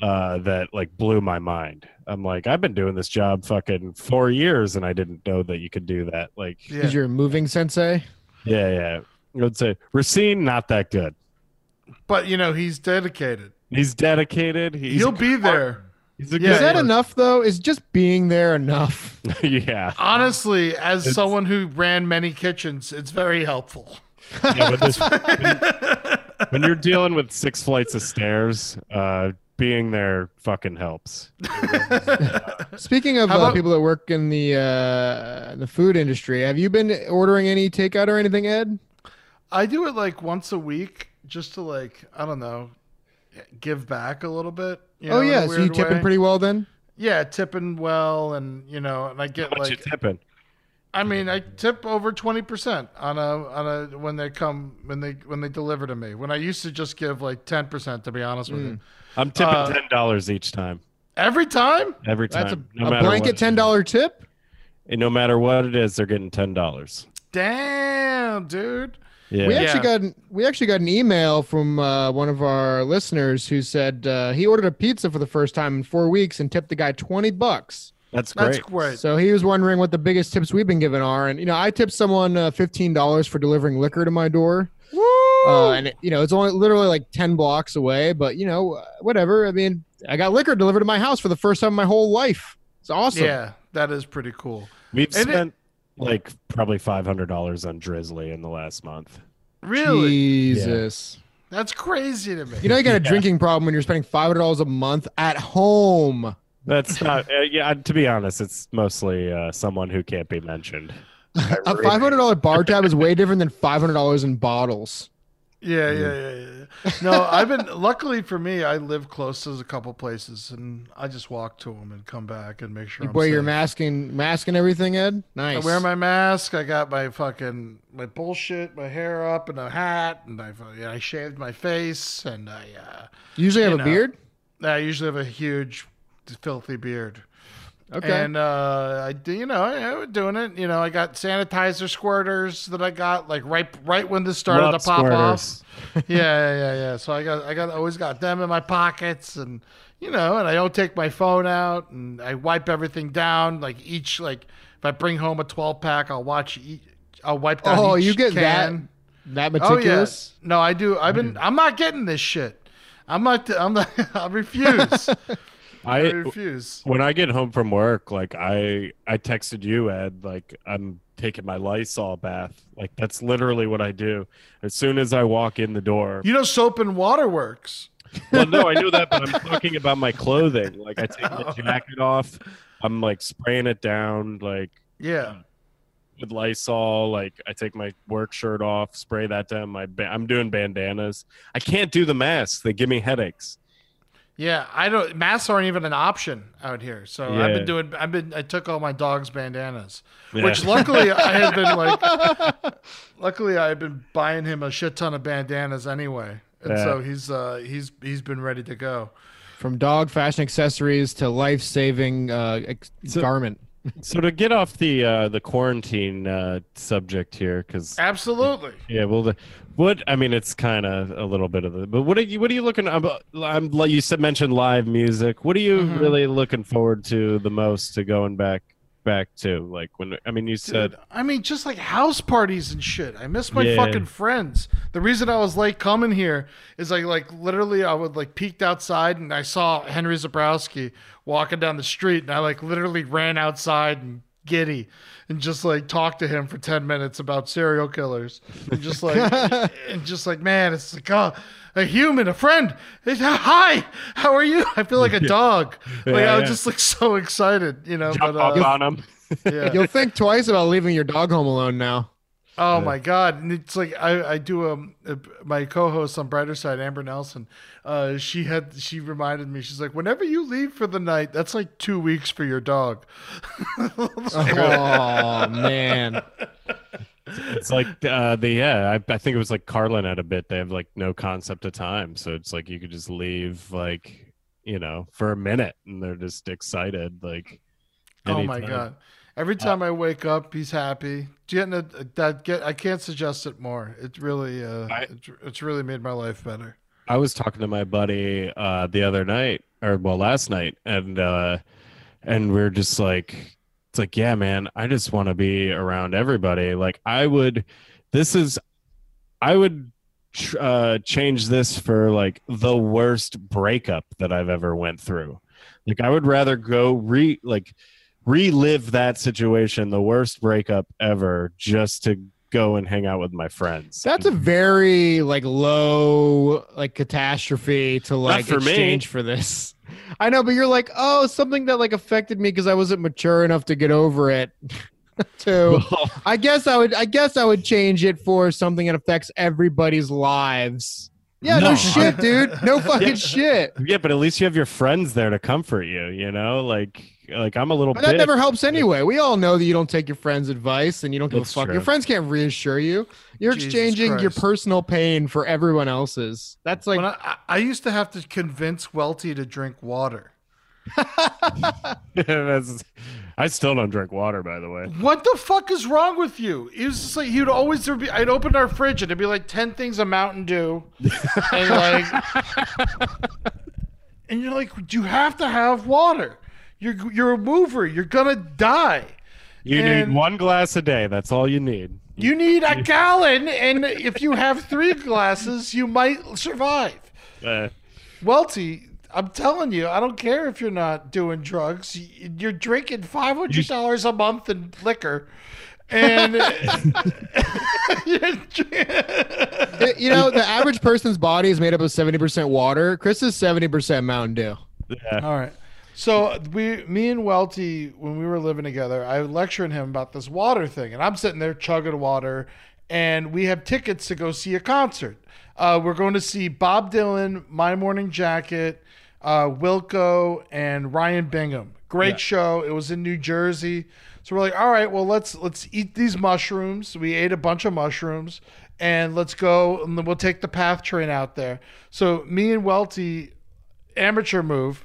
Speaker 1: uh, that like blew my mind. I'm like, I've been doing this job fucking four years, and I didn't know that you could do that. Like, yeah,
Speaker 2: Is your moving sensei?
Speaker 1: yeah. I would say Racine, not that good.
Speaker 3: But you know, he's dedicated.
Speaker 1: He's dedicated. He's
Speaker 3: He'll be there.
Speaker 1: He's a
Speaker 3: Yeah.
Speaker 2: Is
Speaker 1: good.
Speaker 2: that enough though? Is just being there enough?
Speaker 1: yeah.
Speaker 3: Honestly, as
Speaker 1: It's-
Speaker 3: someone who ran many kitchens, it's very helpful.
Speaker 1: Yeah, but this- when, when you're dealing with six flights of stairs, uh, being there fucking helps.
Speaker 2: Speaking of
Speaker 3: How
Speaker 2: uh,
Speaker 3: about-
Speaker 2: people that work in the uh, the food industry, have you been ordering any takeout or anything, Ed?
Speaker 3: I do it like once a week just to like, I don't know, give back a little bit. you know,
Speaker 2: oh
Speaker 3: in a
Speaker 2: yeah, so you
Speaker 3: weird
Speaker 2: tipping
Speaker 3: way.
Speaker 2: pretty well then.
Speaker 3: Yeah, tipping well and you know, and I get
Speaker 1: What you
Speaker 3: like
Speaker 1: tipping?
Speaker 3: I mean, I tip over 20% on a on a when they come when they when they deliver to me. When I used to just give like 10% to be honest
Speaker 2: Mm.
Speaker 3: with you.
Speaker 1: I'm tipping
Speaker 3: Uh,
Speaker 1: ten dollars each time.
Speaker 3: Every time?
Speaker 1: Every time,
Speaker 2: That's a,
Speaker 1: no matter
Speaker 2: a
Speaker 1: what it
Speaker 2: blanket
Speaker 1: is.
Speaker 2: ten dollar tip.
Speaker 1: And no matter what it is, they're getting ten dollars.
Speaker 3: Damn, dude.
Speaker 1: Yeah.
Speaker 2: We
Speaker 3: Yeah.
Speaker 2: actually got an, we actually got an email from uh, one of our listeners who said uh, he ordered a pizza for the first time in four weeks and tipped the guy twenty bucks.
Speaker 1: That's great.
Speaker 3: That's great.
Speaker 2: So he was wondering what the biggest tips we've been given are, and you know I tipped someone uh, fifteen dollars for delivering liquor to my door. Uh, and you know it's only literally like ten blocks away, but you know uh, whatever. I mean, I got liquor delivered to my house for the first time in my whole life. It's awesome.
Speaker 3: Yeah, that is pretty cool.
Speaker 1: We've
Speaker 3: And it-
Speaker 1: spent like probably five hundred dollars on Drizzly in the last month.
Speaker 3: Really?
Speaker 2: Jesus.
Speaker 3: That's crazy to me.
Speaker 2: You know you got a drinking problem when you're spending five hundred dollars a month at home.
Speaker 1: That's not. uh, yeah, to be honest, it's mostly uh, someone who can't be mentioned.
Speaker 2: A five hundred dollar bar tab is way different than five hundred dollars in bottles.
Speaker 3: yeah,
Speaker 2: Mm.
Speaker 3: yeah, yeah, yeah. No, I've been luckily for me, I live close to a couple places and I just walk to them and come back and make sure
Speaker 2: You
Speaker 3: I'm
Speaker 2: wear your
Speaker 3: safe.
Speaker 2: mask and mask and everything, Ed. Nice.
Speaker 3: I wear my mask. I got my fucking my bullshit, my hair up, and a hat, and I fu- yeah, I shaved my face, and I uh,
Speaker 2: You usually have
Speaker 3: you
Speaker 2: a
Speaker 3: know.
Speaker 2: beard.
Speaker 3: I usually have a huge, filthy beard.
Speaker 2: Okay.
Speaker 3: And uh, I do, you know, I, I was doing it. You know, I got sanitizer squirters that I got like right, right when this started
Speaker 1: Love
Speaker 3: to pop
Speaker 1: squirters.
Speaker 3: off. yeah, yeah, yeah, yeah. So I got, I got, always got them in my pockets, and you know, and I don't take my phone out, and I wipe everything down. Like each, like if I bring home a twelve pack, I'll watch. Each, I'll wipe down.
Speaker 2: oh,
Speaker 3: each
Speaker 2: you get
Speaker 3: can.
Speaker 2: that that
Speaker 3: Oh yeah.
Speaker 2: meticulous.
Speaker 3: No, I do. I've been. I'm not getting this shit. I'm not. I'm not. I refuse. I
Speaker 1: I
Speaker 3: refuse.
Speaker 1: when I get home from work, like I I texted you, Ed, like I'm taking my Lysol bath. Like that's literally what I do. As soon as I walk in the door.
Speaker 3: You know, soap and water works.
Speaker 1: well, no, I know that, but I'm talking about my clothing. Like I take my jacket off. I'm like spraying it down, like
Speaker 3: Yeah.
Speaker 1: with Lysol. Like I take my work shirt off, spray that down. My ba- I'm doing bandanas. I can't do the mask. They give me headaches.
Speaker 3: Yeah, I don't. Masks aren't even an option out here. So I've
Speaker 1: Yeah.
Speaker 3: been doing. I've been. I took all my dog's bandanas,
Speaker 1: Yeah.
Speaker 3: which luckily I had been like. Luckily, I had been buying him a shit ton of bandanas anyway, and
Speaker 1: Yeah.
Speaker 3: so he's uh he's he's been ready to go.
Speaker 2: From dog fashion accessories to life saving uh, ex-
Speaker 1: So-
Speaker 2: garment.
Speaker 1: so to get off the uh, the quarantine uh, subject here, because
Speaker 3: Absolutely.
Speaker 1: Yeah, well, the, what I mean, it's kind of a little bit of the. But what are you? What are you looking? I'm, I'm like you said, mentioned live music. What are you
Speaker 3: Mhm.
Speaker 1: really looking forward to the most to going back back to? Like when I mean, you said
Speaker 3: Dude, I mean, just like house parties and shit. I miss my
Speaker 1: Yeah.
Speaker 3: fucking friends. The reason I was late coming here is like, like literally, I would like peeked outside and I saw Henry Zabrowski walking down the street, and I like literally ran outside and giddy, and just like talked to him for ten minutes about serial killers, and just like, and just like, man, it's like, oh, a human, a friend. It's, Hi, how are you? I feel like a dog. Like
Speaker 1: Yeah,
Speaker 3: I was
Speaker 1: yeah.
Speaker 3: just like so excited, you know.
Speaker 1: jump
Speaker 3: but,
Speaker 1: up
Speaker 3: uh,
Speaker 1: on them.
Speaker 3: yeah.
Speaker 2: You'll think twice about leaving your dog home alone now.
Speaker 3: Oh my god! And it's like I, I do um uh, my co-host on Brighter Side, Amber Nelson. Uh, she had she reminded me. She's like, whenever you leave for the night, that's like two weeks for your dog.
Speaker 2: Oh man.
Speaker 1: It's like uh, the yeah. I, I think it was like Carlin had a bit. They have like no concept of time, so it's like you could just leave like you know for a minute, and they're just excited. Like
Speaker 3: oh my
Speaker 1: anytime.
Speaker 3: god! Every
Speaker 2: Uh,
Speaker 3: time I wake up, he's happy. Getting a, uh, that get I can't suggest it more. It really uh,
Speaker 1: I-
Speaker 3: it's, it's really made my life better.
Speaker 1: I was talking to my buddy uh, the other night, or well last night and uh and we are just like it's like yeah man i just want to be around everybody like i would this is i would tr- uh change this for like the worst breakup that i've ever went through like i would rather go re like relive that situation the worst breakup ever just to go and hang out with my friends
Speaker 2: That's a very like low like catastrophe to like
Speaker 1: for me.
Speaker 2: exchange for this. I know, but you're like, oh, something that like affected me because I wasn't mature enough to get over it. to
Speaker 1: Well,
Speaker 2: I guess I would I guess I would change it for something that affects everybody's lives. Yeah, no,
Speaker 1: No.
Speaker 2: shit, dude. No fucking shit.
Speaker 1: Yeah, but at least you have your friends there to comfort you. You know, like like I'm a little
Speaker 2: But that
Speaker 1: bitch.
Speaker 2: never helps anyway. We all know that you don't take your friends' advice and you don't give
Speaker 1: That's
Speaker 2: a fuck.
Speaker 1: true.
Speaker 2: Your friends can't reassure you. You're
Speaker 3: Jesus
Speaker 2: exchanging your
Speaker 3: Christ.
Speaker 2: personal pain for everyone else's. That's like
Speaker 3: When I, I I used to have to convince Welty to drink water.
Speaker 1: That's- I still don't drink water, by the way.
Speaker 3: What the fuck is wrong with you? It was just like he'd always there'd be. I'd open our fridge and it'd be like ten things of Mountain Dew, and like, and you're like, you have to have water. You're you're a mover. You're gonna die.
Speaker 1: You
Speaker 3: And-
Speaker 1: need one glass a day. That's all you need.
Speaker 3: You need a gallon, and if you have three glasses, you might survive.
Speaker 1: Uh,
Speaker 3: Welty, I'm telling you, I don't care if you're not doing drugs. Y- You're drinking five hundred dollars a month in liquor, and You're dr-
Speaker 2: It- you know, the average person's body is made up of 70% water. Chris is 70% Mountain Dew.
Speaker 1: yeah.
Speaker 3: all right. So we, me and Welty, when we were living together, I was lecturing him about this water thing, and I'm sitting there chugging water, and we have tickets to go see a concert. Uh, we're going to see Bob Dylan, My Morning Jacket, uh, Wilco, and Ryan Bingham. Great show. It was in New Jersey, so we're like, all right, well let's let's eat these mushrooms. We ate a bunch of mushrooms, and let's go, and then we'll take the path train out there. So me and Welty amateur move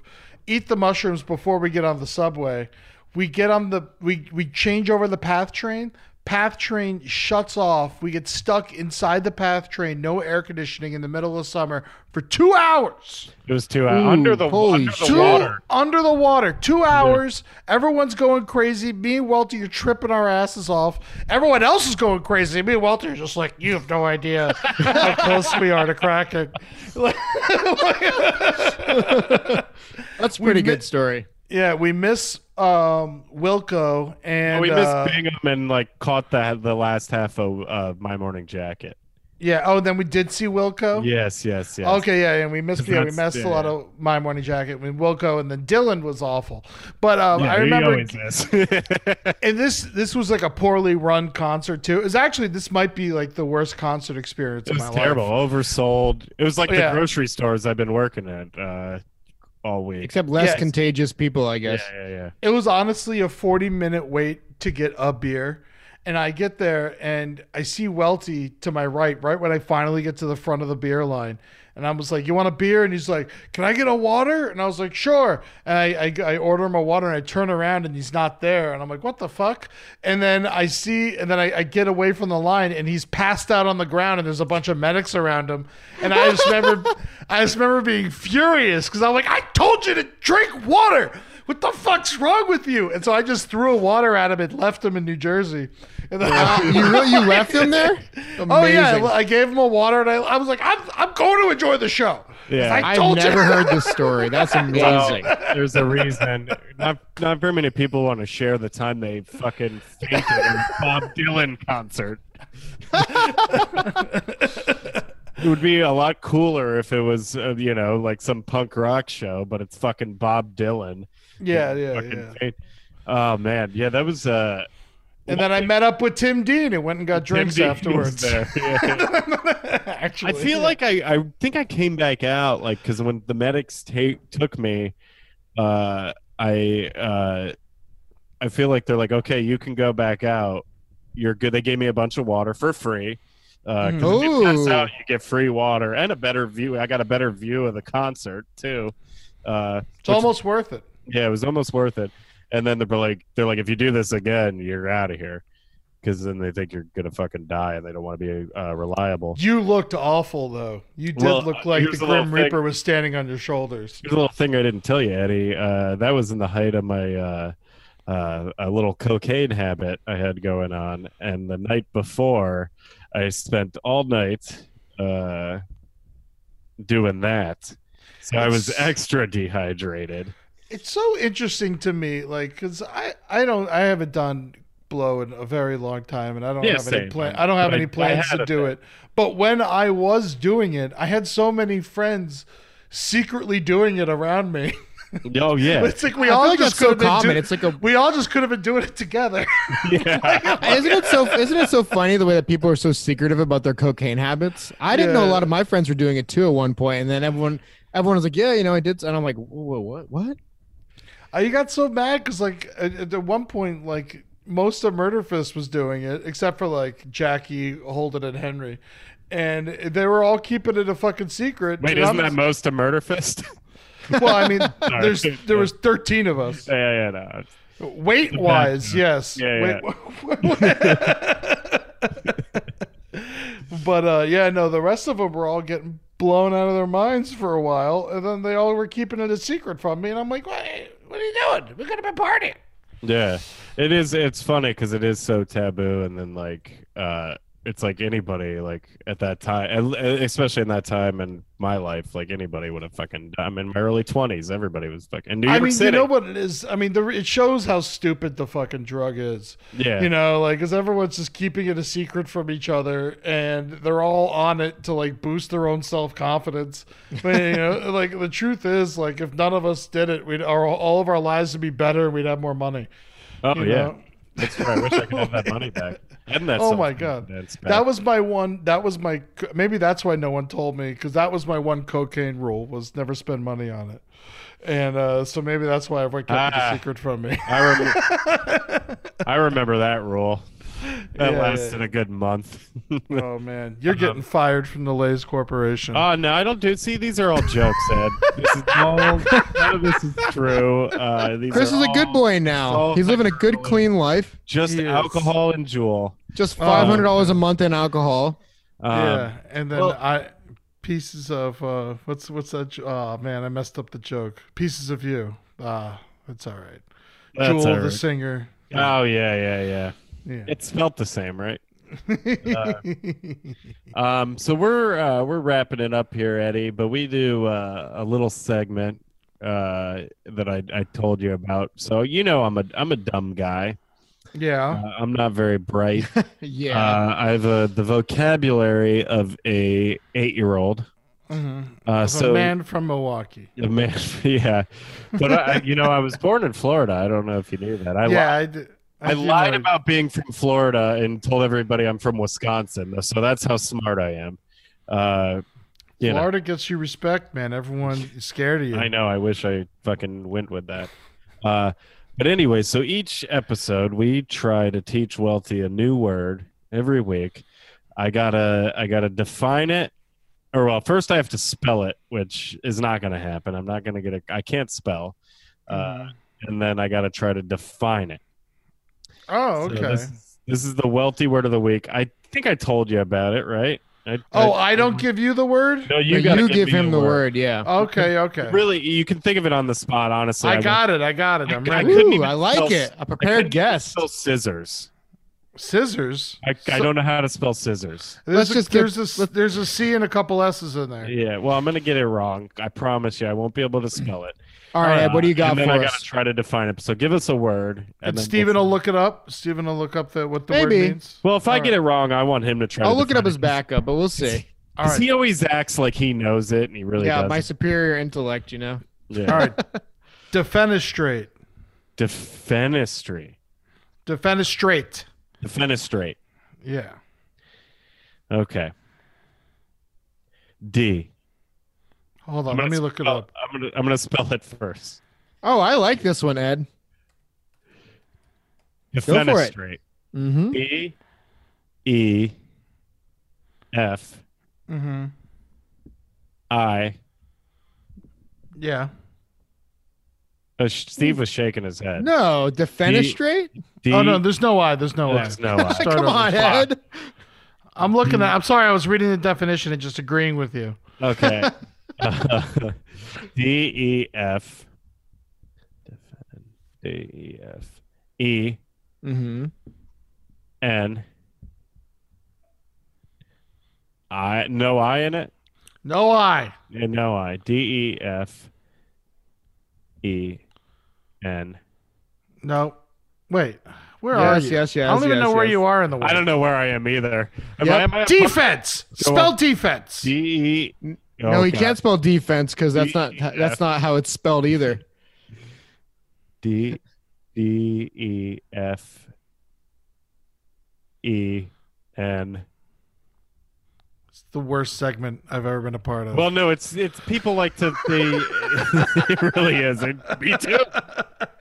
Speaker 3: eat the mushrooms before we get on the subway we get on the we we change over the path train path train shuts off we get stuck inside the path train no air conditioning in the middle of summer for two hours
Speaker 1: It was two hours under the,
Speaker 2: holy
Speaker 1: under the
Speaker 2: shit.
Speaker 3: two
Speaker 1: water.
Speaker 3: under the water two hours everyone's going crazy me and walter you're tripping our asses off everyone else is going crazy me and walter are just like you have no idea how close we are to cracking Oh
Speaker 2: That's a pretty
Speaker 3: mi-
Speaker 2: good story.
Speaker 3: Yeah, we miss um, Wilco and
Speaker 1: we
Speaker 3: uh,
Speaker 1: missed Bingham and like caught the the last half of uh, my morning jacket.
Speaker 3: yeah. Oh, then we did see Wilco.
Speaker 1: Yes, yes, yes.
Speaker 3: Okay, yeah, and we missed yeah, we
Speaker 1: That's-
Speaker 3: missed a lot
Speaker 1: yeah.
Speaker 3: of My Morning Jacket with Wilco, and then Dylan was awful. But um,
Speaker 1: Yeah,
Speaker 3: I
Speaker 1: he
Speaker 3: remember,
Speaker 1: always is.
Speaker 3: and this this was like a poorly run concert too. It was actually this might be like the worst concert experience
Speaker 1: It
Speaker 3: of
Speaker 1: was
Speaker 3: my
Speaker 1: terrible.
Speaker 3: life.
Speaker 1: Oversold. It was like
Speaker 3: Yeah.
Speaker 1: the grocery stores I've been working at uh, all week.
Speaker 2: Except less
Speaker 3: Yes.
Speaker 2: contagious people, I guess.
Speaker 1: Yeah, yeah, yeah.
Speaker 3: It was honestly a forty minute wait to get a beer. And I get there and I see Welty to my right, right when I finally get to the front of the beer line. And I was like, You want a beer? And he's like, Can I get a water? And I was like, Sure. And I, I, I order him a water and I turn around and he's not there. And I'm like, What the fuck? And then I see, and then I, I get away from the line and he's passed out on the ground and there's a bunch of medics around him. And I just remember, I just remember being furious because I'm like, I told you to drink water. What the fuck's wrong with you? And so I just threw a water at him and left him in New Jersey. And then
Speaker 2: You really you left him there?
Speaker 3: Oh yeah,
Speaker 2: Amazing.
Speaker 3: I I gave him a water, and I, I was like, I'm, I'm going to enjoy the show.
Speaker 1: Yeah.
Speaker 3: I
Speaker 2: I've
Speaker 3: told you.
Speaker 2: never heard this story. That's amazing.
Speaker 1: Well, there's a reason. Not not very many people want to share the time they fucking fainted at a Bob Dylan concert. it would be a lot cooler if it was, uh, you know, like some punk rock show, but it's fucking Bob Dylan.
Speaker 3: Yeah, yeah,
Speaker 1: Fucking
Speaker 3: yeah.
Speaker 1: faint. Oh man, yeah, that was uh.
Speaker 3: And then I met up with Tim Dean and went and got drinks
Speaker 1: Tim Dean was
Speaker 3: afterwards.
Speaker 1: there. Yeah.
Speaker 3: Actually,
Speaker 1: I feel like I, I think I came back out like because when the medics ta- took me, uh, I uh, I feel like they're like, okay, you can go back out. You're good. They gave me a bunch of water for free. Uh,
Speaker 2: Hmm.
Speaker 1: 'cause if you pass
Speaker 2: Ooh.
Speaker 1: out, you get free water and a better view. I got a better view of the concert too. Uh,
Speaker 3: it's almost worth it.
Speaker 1: yeah, it was almost worth it. And then they're like, they're like, if you do this again, you're out of here. because then they think you're gonna fucking die and they don't want to be uh, reliable.
Speaker 3: You looked awful though. You did
Speaker 1: Well,
Speaker 3: look like
Speaker 1: here's
Speaker 3: the
Speaker 1: the little
Speaker 3: Grim
Speaker 1: thing.
Speaker 3: Reaper was standing on your shoulders.
Speaker 1: Here's a little thing I didn't tell you, Eddie. Uh, that was in the height of my uh, uh, a little cocaine habit I had going on, and the night before, I spent all night uh, doing that. So I was
Speaker 3: That's-
Speaker 1: extra dehydrated.
Speaker 3: It's so interesting to me, like, cause I I don't I haven't done blow in a very long time, and I don't
Speaker 1: Yeah,
Speaker 3: have any
Speaker 1: same.
Speaker 3: plan. I don't have
Speaker 1: But I-
Speaker 3: any
Speaker 1: I
Speaker 3: plans
Speaker 1: had
Speaker 3: to
Speaker 1: a
Speaker 3: do
Speaker 1: thing.
Speaker 3: it. But when I was doing it, I had so many friends secretly doing it around me.
Speaker 1: Oh yeah,
Speaker 3: it's like
Speaker 2: I
Speaker 3: we all
Speaker 2: feel like that's
Speaker 3: just could
Speaker 2: so
Speaker 3: have been
Speaker 2: common.
Speaker 3: do-
Speaker 2: it's like a
Speaker 3: we all just could have been doing it together.
Speaker 1: yeah.
Speaker 2: isn't it so isn't it so funny the way that people are so secretive about their cocaine habits? I didn't know
Speaker 3: Yeah.
Speaker 2: a lot of my friends were doing it too at one point, and then everyone everyone was like, "Yeah, you know, I did," and I'm like, "Whoa, what? What?"
Speaker 3: I got so mad because like at, at the one point like most of Murder Fist was doing it except for like Jackie Holden and Henry, and they were all keeping it a fucking secret.
Speaker 1: Wait,
Speaker 3: And
Speaker 1: isn't that
Speaker 3: I'm-
Speaker 1: most a murder fist?
Speaker 3: well? I mean,
Speaker 1: Sorry.
Speaker 3: there's there was thirteen of us.
Speaker 1: yeah, yeah, no.
Speaker 3: Weight wise, yes.
Speaker 1: Yeah,
Speaker 3: Weight- but uh, yeah, no, the rest of them were all getting blown out of their minds for a while, and then they all were keeping it a secret from me, and I'm like, what? What are you doing? We could have been partying.
Speaker 1: Yeah, it is. It's funny because it is so taboo, and then like, uh, it's like anybody like at that time, and and especially in that time in my life, like anybody would have fucking. I'm in my early twenties. Everybody was fucking in New
Speaker 3: I
Speaker 1: York
Speaker 3: mean,
Speaker 1: City.
Speaker 3: you know what it is. I mean, the, it shows how stupid the fucking drug is.
Speaker 1: yeah,
Speaker 3: You know, like, because everyone's just keeping it a secret from each other, and they're all on it to like boost their own self confidence. But you know, like the truth is, like, if none of us did it, we'd our, all of our lives would be better, and we'd have more money.
Speaker 1: oh
Speaker 3: you
Speaker 1: yeah.
Speaker 3: know?
Speaker 1: That's right. I wish I could have that money back. And that's
Speaker 3: Oh my god, that was my one. That was my maybe that's why no one told me because that was my one cocaine rule was never spend money on it, and uh, so maybe that's why everyone kept it
Speaker 1: Ah.
Speaker 3: a secret from me.
Speaker 1: I remember. I remember that rule. That
Speaker 3: Yeah, yeah,
Speaker 1: lasted
Speaker 3: yeah.
Speaker 1: a good month.
Speaker 3: Oh man, you're
Speaker 1: Uh-huh.
Speaker 3: getting fired from the Lays Corporation.
Speaker 1: Oh no, I don't do. See, these are all jokes, Ed. this is all, none of this is true. Uh, these
Speaker 2: Chris
Speaker 1: are
Speaker 2: is a
Speaker 1: all
Speaker 2: good boy now.
Speaker 1: all
Speaker 2: He's living a good,
Speaker 1: hyperbole.
Speaker 2: clean life.
Speaker 1: Just
Speaker 3: Yes.
Speaker 1: alcohol and Jewel.
Speaker 2: Just
Speaker 3: Oh.
Speaker 2: five hundred dollars a month in alcohol.
Speaker 1: Um,
Speaker 3: yeah, and then
Speaker 1: well-
Speaker 3: I pieces of uh, what's what's that? jo- Oh man, I messed up the joke. Pieces of you. Ah, that's all right.
Speaker 1: That's
Speaker 3: Jewel
Speaker 1: all
Speaker 3: the
Speaker 1: right.
Speaker 3: singer.
Speaker 1: Oh yeah, yeah, yeah.
Speaker 3: Yeah.
Speaker 1: It smelled the same, right? Um, so we're uh, we're wrapping it up here, Eddie. But we do uh, a little segment uh, that I, I told you about. So you know, I'm a I'm a dumb guy.
Speaker 3: yeah.
Speaker 1: Uh, I'm not very bright.
Speaker 2: Yeah.
Speaker 1: Uh, I have uh the vocabulary of a eight year old.
Speaker 3: Mhm.
Speaker 1: Uh,
Speaker 3: Of
Speaker 1: so
Speaker 3: a man from Milwaukee.
Speaker 1: A man- yeah, but I, you know, I was born in Florida. I don't know if you knew that. I li-
Speaker 3: yeah, I, d-
Speaker 1: I
Speaker 3: do
Speaker 1: lied
Speaker 3: know.
Speaker 1: about being from Florida and told everybody I'm from Wisconsin. So that's how smart I am. Uh, you know,
Speaker 3: Florida gets you respect, man. Everyone is scared of you.
Speaker 1: I know. I wish I fucking went with that. Uh, but anyway, so each episode we try to teach Welty a new word every week. I gotta, I gotta define it, or well, first I have to spell it, which is not gonna happen. I'm not gonna get a. I can't spell. Uh,
Speaker 3: Mhm.
Speaker 1: and then I got to try to define it.
Speaker 3: oh,
Speaker 1: So
Speaker 3: okay.
Speaker 1: this, is- this is the wealthy word of the week. I think I told you about it, right? I,
Speaker 3: oh, I don't give you the word.
Speaker 1: no, you,
Speaker 2: you
Speaker 1: gotta
Speaker 2: you
Speaker 1: give,
Speaker 2: give
Speaker 1: me Oh,
Speaker 2: him
Speaker 1: a
Speaker 2: the word. Yeah.
Speaker 3: Okay, okay.
Speaker 1: Really, you can think of it on the spot. Honestly,
Speaker 3: I
Speaker 1: won't-
Speaker 3: got it. I got it. I'm
Speaker 1: I
Speaker 3: ready.
Speaker 1: couldn't
Speaker 2: Ooh,
Speaker 1: even
Speaker 2: I like
Speaker 1: spell-
Speaker 2: it. A
Speaker 1: I
Speaker 2: prepared
Speaker 1: couldn't
Speaker 2: guess.
Speaker 1: spell scissors.
Speaker 3: Scissors.
Speaker 1: I, I
Speaker 3: So-
Speaker 1: don't know how to spell scissors.
Speaker 3: There's
Speaker 2: Let's
Speaker 3: a,
Speaker 2: just get-
Speaker 3: there's a s- there's a C and a couple S's in there.
Speaker 1: Yeah, well, I'm gonna get it wrong. I promise you, I won't be able to spell it.
Speaker 2: All right, Ed, what do you
Speaker 1: Uh,
Speaker 2: got
Speaker 1: and
Speaker 2: for
Speaker 1: then I
Speaker 2: us?
Speaker 1: gotta try to define it. So give us a word, and,
Speaker 3: And
Speaker 1: then
Speaker 3: Steven
Speaker 1: we'll-
Speaker 3: will look it up. Steven will look up the, what the word
Speaker 2: Maybe.
Speaker 3: means.
Speaker 1: Well, if I
Speaker 3: All
Speaker 1: get
Speaker 3: right.
Speaker 1: it wrong, I want him to try.
Speaker 2: I'll
Speaker 1: to
Speaker 2: look it up
Speaker 1: define
Speaker 2: as backup, but we'll see.
Speaker 3: all
Speaker 1: Because
Speaker 3: right,
Speaker 1: he always acts like he knows it, and he really
Speaker 2: yeah,
Speaker 1: doesn't.
Speaker 2: my superior intellect, you know.
Speaker 1: yeah.
Speaker 3: all right. Defenestrate.
Speaker 1: Defenestrate.
Speaker 3: Defenestrate.
Speaker 1: Defenestrate.
Speaker 3: Yeah.
Speaker 1: Okay. D.
Speaker 3: Hold
Speaker 1: I'm
Speaker 3: on.
Speaker 1: gonna
Speaker 3: Let me look it
Speaker 1: spell-
Speaker 3: up.
Speaker 1: I'm gonna I'm gonna spell it first.
Speaker 2: Oh, I like this one, Ed. for it.
Speaker 1: Defenestrate.
Speaker 2: Mm-hmm.
Speaker 1: D E F
Speaker 3: Mm-hmm.
Speaker 1: I Uh,
Speaker 3: Yeah.
Speaker 1: Uh, Sh- Steve was shaking his head.
Speaker 2: No, defenestrate.
Speaker 1: D-
Speaker 3: oh no, there's no why. There's no
Speaker 1: there's
Speaker 3: why.
Speaker 1: no I.
Speaker 3: Start
Speaker 2: Come
Speaker 3: over.
Speaker 2: on,
Speaker 3: Fuck.
Speaker 2: Ed.
Speaker 3: I'm looking at. I'm sorry, I was reading the definition and just agreeing with you.
Speaker 1: Okay. D E F. D E F E
Speaker 2: Mm-hmm.
Speaker 1: N. I no I in it.
Speaker 3: No why.
Speaker 1: Yeah, no I. D E F E N.
Speaker 3: No. Wait. Where are
Speaker 2: Yes,
Speaker 3: you?
Speaker 2: yes, yes.
Speaker 3: I don't even
Speaker 2: yes,
Speaker 3: know where
Speaker 2: yes.
Speaker 3: you are in the world.
Speaker 1: I don't know where I am either. Am I,
Speaker 2: Yep. E
Speaker 1: am I
Speaker 3: defense.
Speaker 1: Go
Speaker 3: Spell defense.
Speaker 1: D E.
Speaker 2: No, he can't spell defense because that's not
Speaker 1: Yeah.
Speaker 2: that's not how it's spelled either.
Speaker 1: D D E F E N.
Speaker 3: It's the worst segment I've ever been a part of.
Speaker 1: Well, no, it's it's people like to. They, it really is. And me too.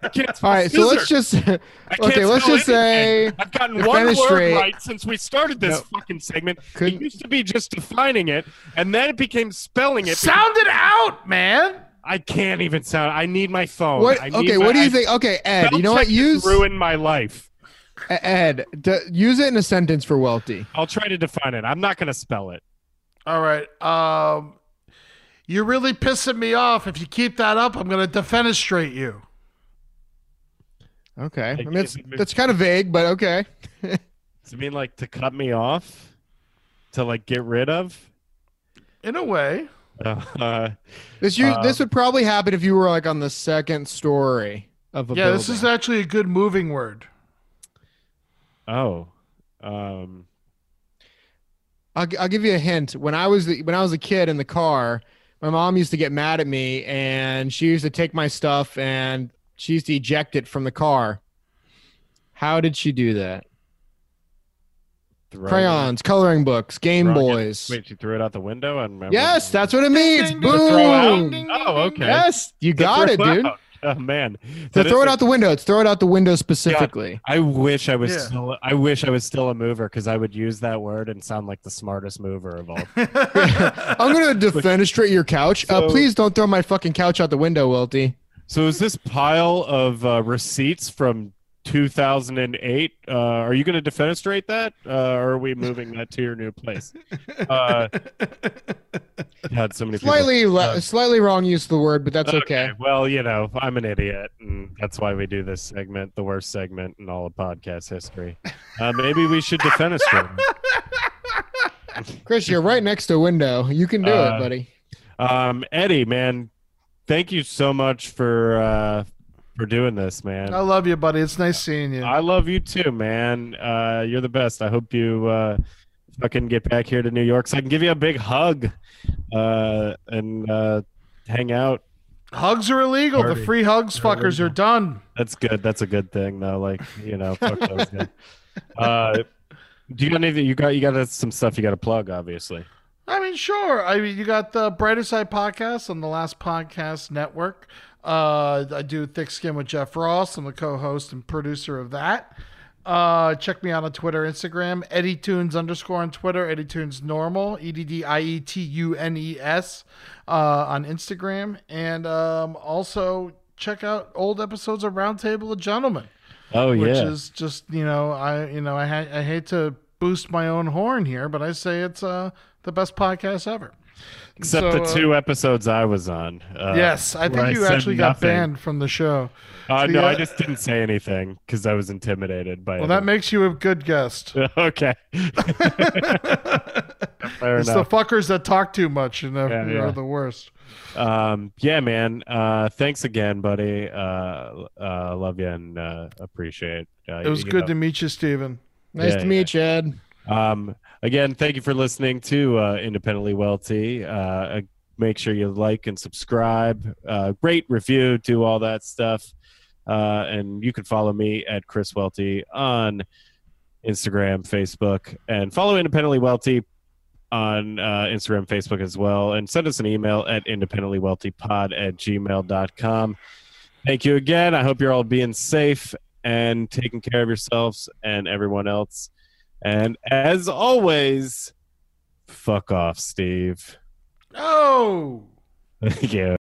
Speaker 1: I can't spell
Speaker 2: All right, so let's
Speaker 1: scissor.
Speaker 2: just
Speaker 1: I can't
Speaker 2: okay. Let's
Speaker 1: spell anything.
Speaker 2: just say
Speaker 1: I've gotten
Speaker 2: the
Speaker 1: one word
Speaker 2: fenestrate-
Speaker 1: right since we started this fucking segment. it
Speaker 2: Couldn't-
Speaker 1: used to be just defining it, and then it became spelling it.
Speaker 3: Sound it out, man.
Speaker 1: I can't even sound. I need my phone.
Speaker 2: what.
Speaker 1: Oh, I need
Speaker 2: Okay,
Speaker 1: my-
Speaker 2: what do
Speaker 1: I-
Speaker 2: you think? Okay, Ed.
Speaker 1: spell
Speaker 2: You know what?
Speaker 1: check
Speaker 2: Use E,
Speaker 1: ruined my life.
Speaker 2: Ed. D- use it in a sentence for Welty.
Speaker 1: I'll try to define it. I'm not going to spell it.
Speaker 3: All right. Um, you're really pissing me off. If you keep that up, I'm gonna defenestrate you.
Speaker 2: Okay, I
Speaker 1: Like,
Speaker 2: mean that's
Speaker 1: if it moves-
Speaker 2: that's kind of vague, but okay.
Speaker 1: Does it mean like to cut me off? To like get rid of?
Speaker 3: In a way.
Speaker 1: Uh,
Speaker 2: This you
Speaker 1: Uh,
Speaker 2: this would probably happen if you were like on the second story of a
Speaker 3: yeah,
Speaker 2: building.
Speaker 3: this is actually a good moving word.
Speaker 1: oh. Um,
Speaker 2: I'll, gi- I'll give you a hint. When I was the, when I was a kid in the car, my mom used to get mad at me, and she used to take my stuff and she used to eject it from the car. How did she do that?
Speaker 1: throw it-
Speaker 2: Crayons, coloring books, Game
Speaker 1: Rocket-
Speaker 2: Boys.
Speaker 1: Wait, she threw it out the window and remember-
Speaker 2: Yes, that's what it means.
Speaker 3: ding, ding,
Speaker 2: Boom.
Speaker 1: throw out?
Speaker 3: ding,
Speaker 1: Oh,
Speaker 3: ding,
Speaker 1: okay.
Speaker 2: Yes, you
Speaker 1: To
Speaker 2: got it,
Speaker 1: throw
Speaker 2: dude.
Speaker 1: out. Oh man,
Speaker 2: To
Speaker 1: That
Speaker 2: throw
Speaker 1: is
Speaker 2: it
Speaker 1: a-
Speaker 2: out the window. It's throw it out the window specifically.
Speaker 1: I wish I was
Speaker 3: Yeah.
Speaker 1: still. I wish I was still a mover because I would use that word and sound like the smartest mover of all.
Speaker 2: I'm gonna defenestrate your couch. uh,
Speaker 1: So-
Speaker 2: please don't throw my fucking couch out the window, Wilty.
Speaker 1: so is this pile of uh, receipts from 2008? Uh, are you going to defenestrate that, uh, or are we moving that to your new place? Uh, had so many people-
Speaker 2: Slightly, le-
Speaker 1: Uh,
Speaker 2: slightly wrong use of the word, but that's okay.
Speaker 1: Well, you know, I'm an idiot, and that's why we do this segment, the worst segment in all of podcast history. Uh, maybe we should defenestrate. him.
Speaker 2: Chris, you're right next to a window. You can do
Speaker 1: Uh,
Speaker 2: it, buddy.
Speaker 1: Um, Eddie, man, thank you so much for uh, for doing this, man.
Speaker 3: I love you, buddy. It's nice seeing you.
Speaker 1: I love you too, man. Uh, you're the best. I hope you uh, fucking get back here to New York so I can give you a big hug uh, and uh, hang out.
Speaker 3: Hugs are illegal.
Speaker 1: Party.
Speaker 3: The free hugs
Speaker 1: They're
Speaker 3: fuckers
Speaker 1: illegal.
Speaker 3: are done.
Speaker 1: That's good. That's a good thing, though. Like you know, fuck those guys. Uh, do you got anything? You got you got uh, some stuff you got to plug, obviously.
Speaker 3: I mean, sure. I mean, you got the Brighter Side podcast on the Last Podcast Network. Uh, I do Thick Skin with Jeff Ross. I'm the co-host and producer of that. Uh, check me out on Twitter, Instagram, Eddie Tunes underscore on Twitter, Eddie Tunes normal, E D D I E T U N E S uh, on Instagram, and um, also check out old episodes of Roundtable of Gentlemen.
Speaker 1: Oh
Speaker 3: which
Speaker 1: yeah,
Speaker 3: is just you know I you know I ha- I hate to boost my own horn here, but I say it's uh the best podcast ever.
Speaker 1: except the
Speaker 3: so, uh,
Speaker 1: two episodes I was on. Uh,
Speaker 3: yes, I
Speaker 1: where
Speaker 3: think you
Speaker 1: said
Speaker 3: actually got
Speaker 1: nothing.
Speaker 3: banned from the show.
Speaker 1: Uh,
Speaker 3: So,
Speaker 1: no,
Speaker 3: yeah.
Speaker 1: I just didn't say anything because I was intimidated by.
Speaker 3: Well, that
Speaker 1: everyone.
Speaker 3: makes you a good guest.
Speaker 1: okay. Fair
Speaker 3: it's
Speaker 1: enough.
Speaker 3: the fuckers that talk too much and
Speaker 1: Yeah,
Speaker 3: they're
Speaker 1: yeah.
Speaker 3: are the worst.
Speaker 1: um, yeah, man. Uh, thanks again, buddy. Uh, l- uh, love you and uh, appreciate. Uh,
Speaker 3: It was good to meet you, Steven.
Speaker 2: Nice
Speaker 1: yeah,
Speaker 2: to meet you, Ed.
Speaker 1: Um, again, thank you for listening to uh, Independently Wealthy. Uh, Uh, make sure you like and subscribe, uh, rate, review, do all that stuff. Uh, and you can follow me at Chris Welty on Instagram, Facebook, and follow Independently Wealthy on uh, Instagram, Facebook as well. And send us an email at independentlywealthypod at gmail.com. Thank you again. I hope you're all being safe and taking care of yourselves and everyone else. And as always, fuck off, Steve.
Speaker 3: Oh.
Speaker 1: Thank you.